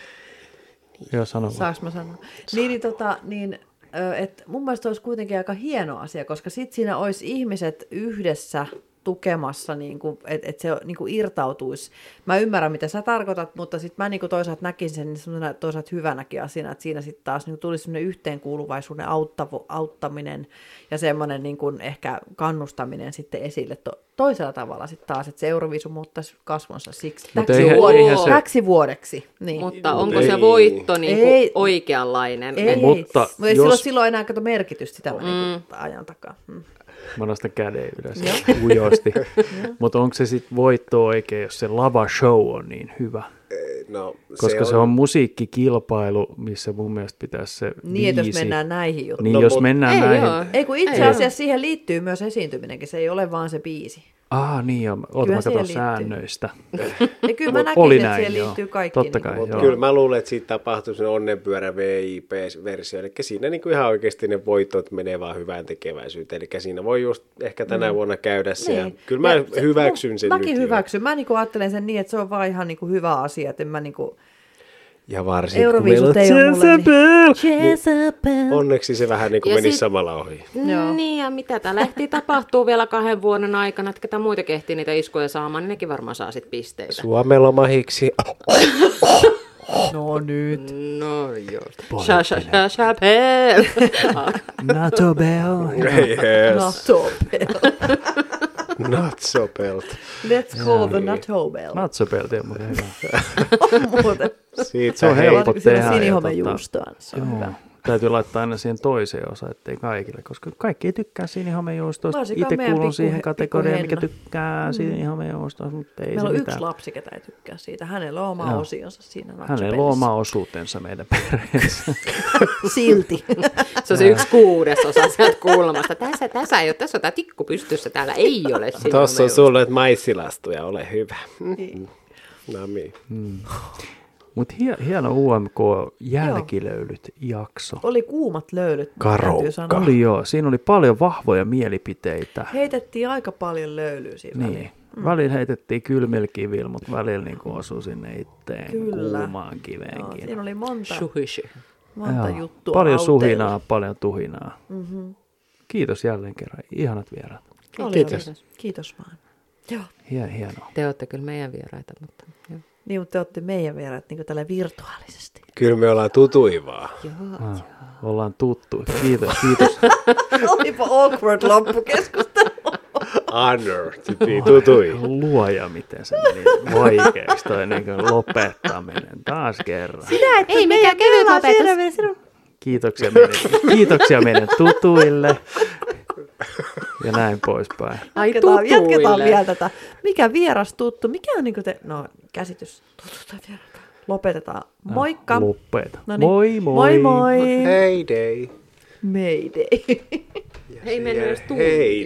B: Joo, sano vaan.
A: Saanko mä sanoa? Niin, niin, tota, niin ö, et mun mielestä olisi kuitenkin aika hieno asia, koska sit siinä olisi ihmiset yhdessä tukemassa, niin että et se niin kuin irtautuisi. Mä ymmärrän, mitä sä tarkoitat, mutta sitten mä niin kuin toisaalta näkin sen niin semmoisena toisaalta hyvänäkin asiana, että siinä sitten taas niin kuin tulisi semmoinen yhteenkuuluvaisuuden auttavo, auttaminen ja semmoinen niin kuin ehkä kannustaminen sitten esille to, toisella tavalla sitten taas, että se Euroviisu muuttaisi kasvonsa siksi
B: Mut
A: täksi,
B: eihän-
A: vuodeksi,
B: eihän se-
A: täksi vuodeksi. Niin.
D: Mutta onko
C: ei.
D: se voitto niin
A: Ei.
D: kuin oikeanlainen?
A: Ei,
B: Mutta
A: mutta ei
B: jos-
A: silloin, silloin enää kato merkitystä sitä mm. niin ajan takaa. Mm.
B: Mä nostan käden ylös ujosti. Mutta onko se sitten voitto oikein, jos se lava-show on niin hyvä?
C: No,
B: Koska se on, se on musiikkikilpailu, missä mun mielestä pitäisi se
A: Niin, että jos
B: biisi-
A: mennään näihin juttuihin.
B: Niin,
C: No,
B: jos
C: mut-
B: mennään
D: Ei,
B: näihin.
D: joo.
A: Ei kun itse
D: Ei.
A: asiassa siihen liittyy myös esiintyminenkin, se ei ole vaan se biisi.
B: Ah, niin joo. Oota,
A: Kyllä
B: mä
A: siihen
B: katson
A: liittyy.
B: säännöistä.
A: Ja kyllä mä
B: Mut
A: näkisin,
B: oli
A: että
B: näin,
A: siihen
B: joo.
A: liittyy kaikki.
B: Totta
A: niinku-
B: kai,
C: Mutta
B: joo.
C: kyllä mä luulen, että siitä tapahtuu se onnenpyörä VIP-versio, eli siinä niinku ihan oikeasti ne voitot menee vaan hyvään tekeväisyyteen, eli siinä voi just ehkä tänä mm. vuonna käydä se, ja kyllä mä
A: Ja
C: se, hyväksyn sen
A: Mäkin
C: nyt
A: hyväksyn. Mä niinku ajattelen sen niin, että se on vaan ihan niinku hyvä asia, että en mä niinku...
C: Jo. Ja varsinkin kun meillä
A: Euroviisut
C: on...
A: ei ole mulle niin... Jezebel!
C: Onneksi se vähän niin kuin
D: Ja
C: meni
D: sit-
C: samalla ohi.
A: Joo.
D: Niin, ja mitä tää lähti tapahtuu vielä kahden vuoden aikana, että ketä muita kehtii niitä iskuja saamaan, niin nekin varmaan saa sit pisteitä.
C: Suomella mahiksi.
A: No nyt.
D: No joo. Sha, sha, sha, sha, pel.
B: Nato Bell.
C: yes.
A: Not so bell.
C: Not so pelt.
A: Let's call the not so bell.
B: Nato Bell, tiedä muuten hyvä.
A: Muuten.
C: Siitä
B: Se on
C: hei.
B: helppo
A: Oliko siinä
B: tehdä. ja tota-
A: sinihomejuustoa? niin Se on hyvä.
B: Täytyy laittaa aina siihen toiseen osaan, ettei kaikille, koska kaikki ei tykkää sinihomejuustoista.
A: Varsinkaan
B: Itse
A: meidän
B: kuulun
A: pikku-
B: siihen kategoriaan, mikä
A: pikkuhenna.
B: tykkää sinihomejuustoista, mutta ei
A: Meillä
B: se
A: on
B: mitään.
A: yksi lapsi, ketä ei tykkää siitä. Hänellä on oma
B: Joo.
A: osionsa siinä
B: Hänellä on
A: natsopelissä.
B: oma osuutensa meidän perheessä.
A: Silti.
D: Ah, Se on se yksi kuudesosa sieltä kulmasta. Tässä, tässä ei ole, tässä on tää tikku pystyssä, täällä ei ole sinun
C: Tossa on sulle maissilastuja, ole hyvä. No niin.
B: Mutta hie- hieno UMK-jälkilöylyt jakso.
A: Oli kuumat löylyt.
C: Karoukka.
A: täytyy sanoa.
B: Oli joo, siinä oli paljon vahvoja mielipiteitä.
A: Heitettiin aika paljon löylyä siinä
B: Niin.
A: väliin.
B: Välillä heitettiin kylmillä kivillä, mutta välillä niin osui sinne itteen
A: Kyllä.
B: kuumaan
A: Joo,
B: kiveenkin.
A: siinä oli monta,
D: Shuhishi.
A: monta juttua.
B: Paljon
A: autoilla.
B: suhinaa, paljon tuhinaa. Mm-hmm. Kiitos jälleen kerran. Ihanat vieraat.
A: Oli,
C: Kiitos.
A: oli. Kiitos vaan. Joo.
B: Hien, hienoa.
D: Te olette kyllä meidän vieraita, mutta joo.
A: Niin, mutta te olette meidän vieraat niin tällä virtuaalisesti.
C: Kyllä me ollaan tutuivaa.
B: Ah, ollaan tuttu. Kiitos, kiitos.
A: Olipa awkward loppukeskustelu.
C: Honor to be Niin tutui.
B: Luoja, miten se meni vaikeaksi toi niin kuin lopettaminen. Taas kerran.
D: Ei mikään kevyt lopetus.
B: Kiitoksia meidän, kiitoksia meidän tutuille. Ja näin poispäin.
D: Ai
A: Jatketaan, jatketaan
D: tutuille.
A: niinku vielä tätä. Mikä vieras tuttu? Mikä on niin te... No, käsitys tutulta vieralta. Lopetetaan. Moikka!
B: Loppeeta.
A: Noniin.
B: Moi moi.
A: Moi moi!
C: Heyday.
A: Mayday.
D: Ei mennyt edes tuntia.
C: Heyday.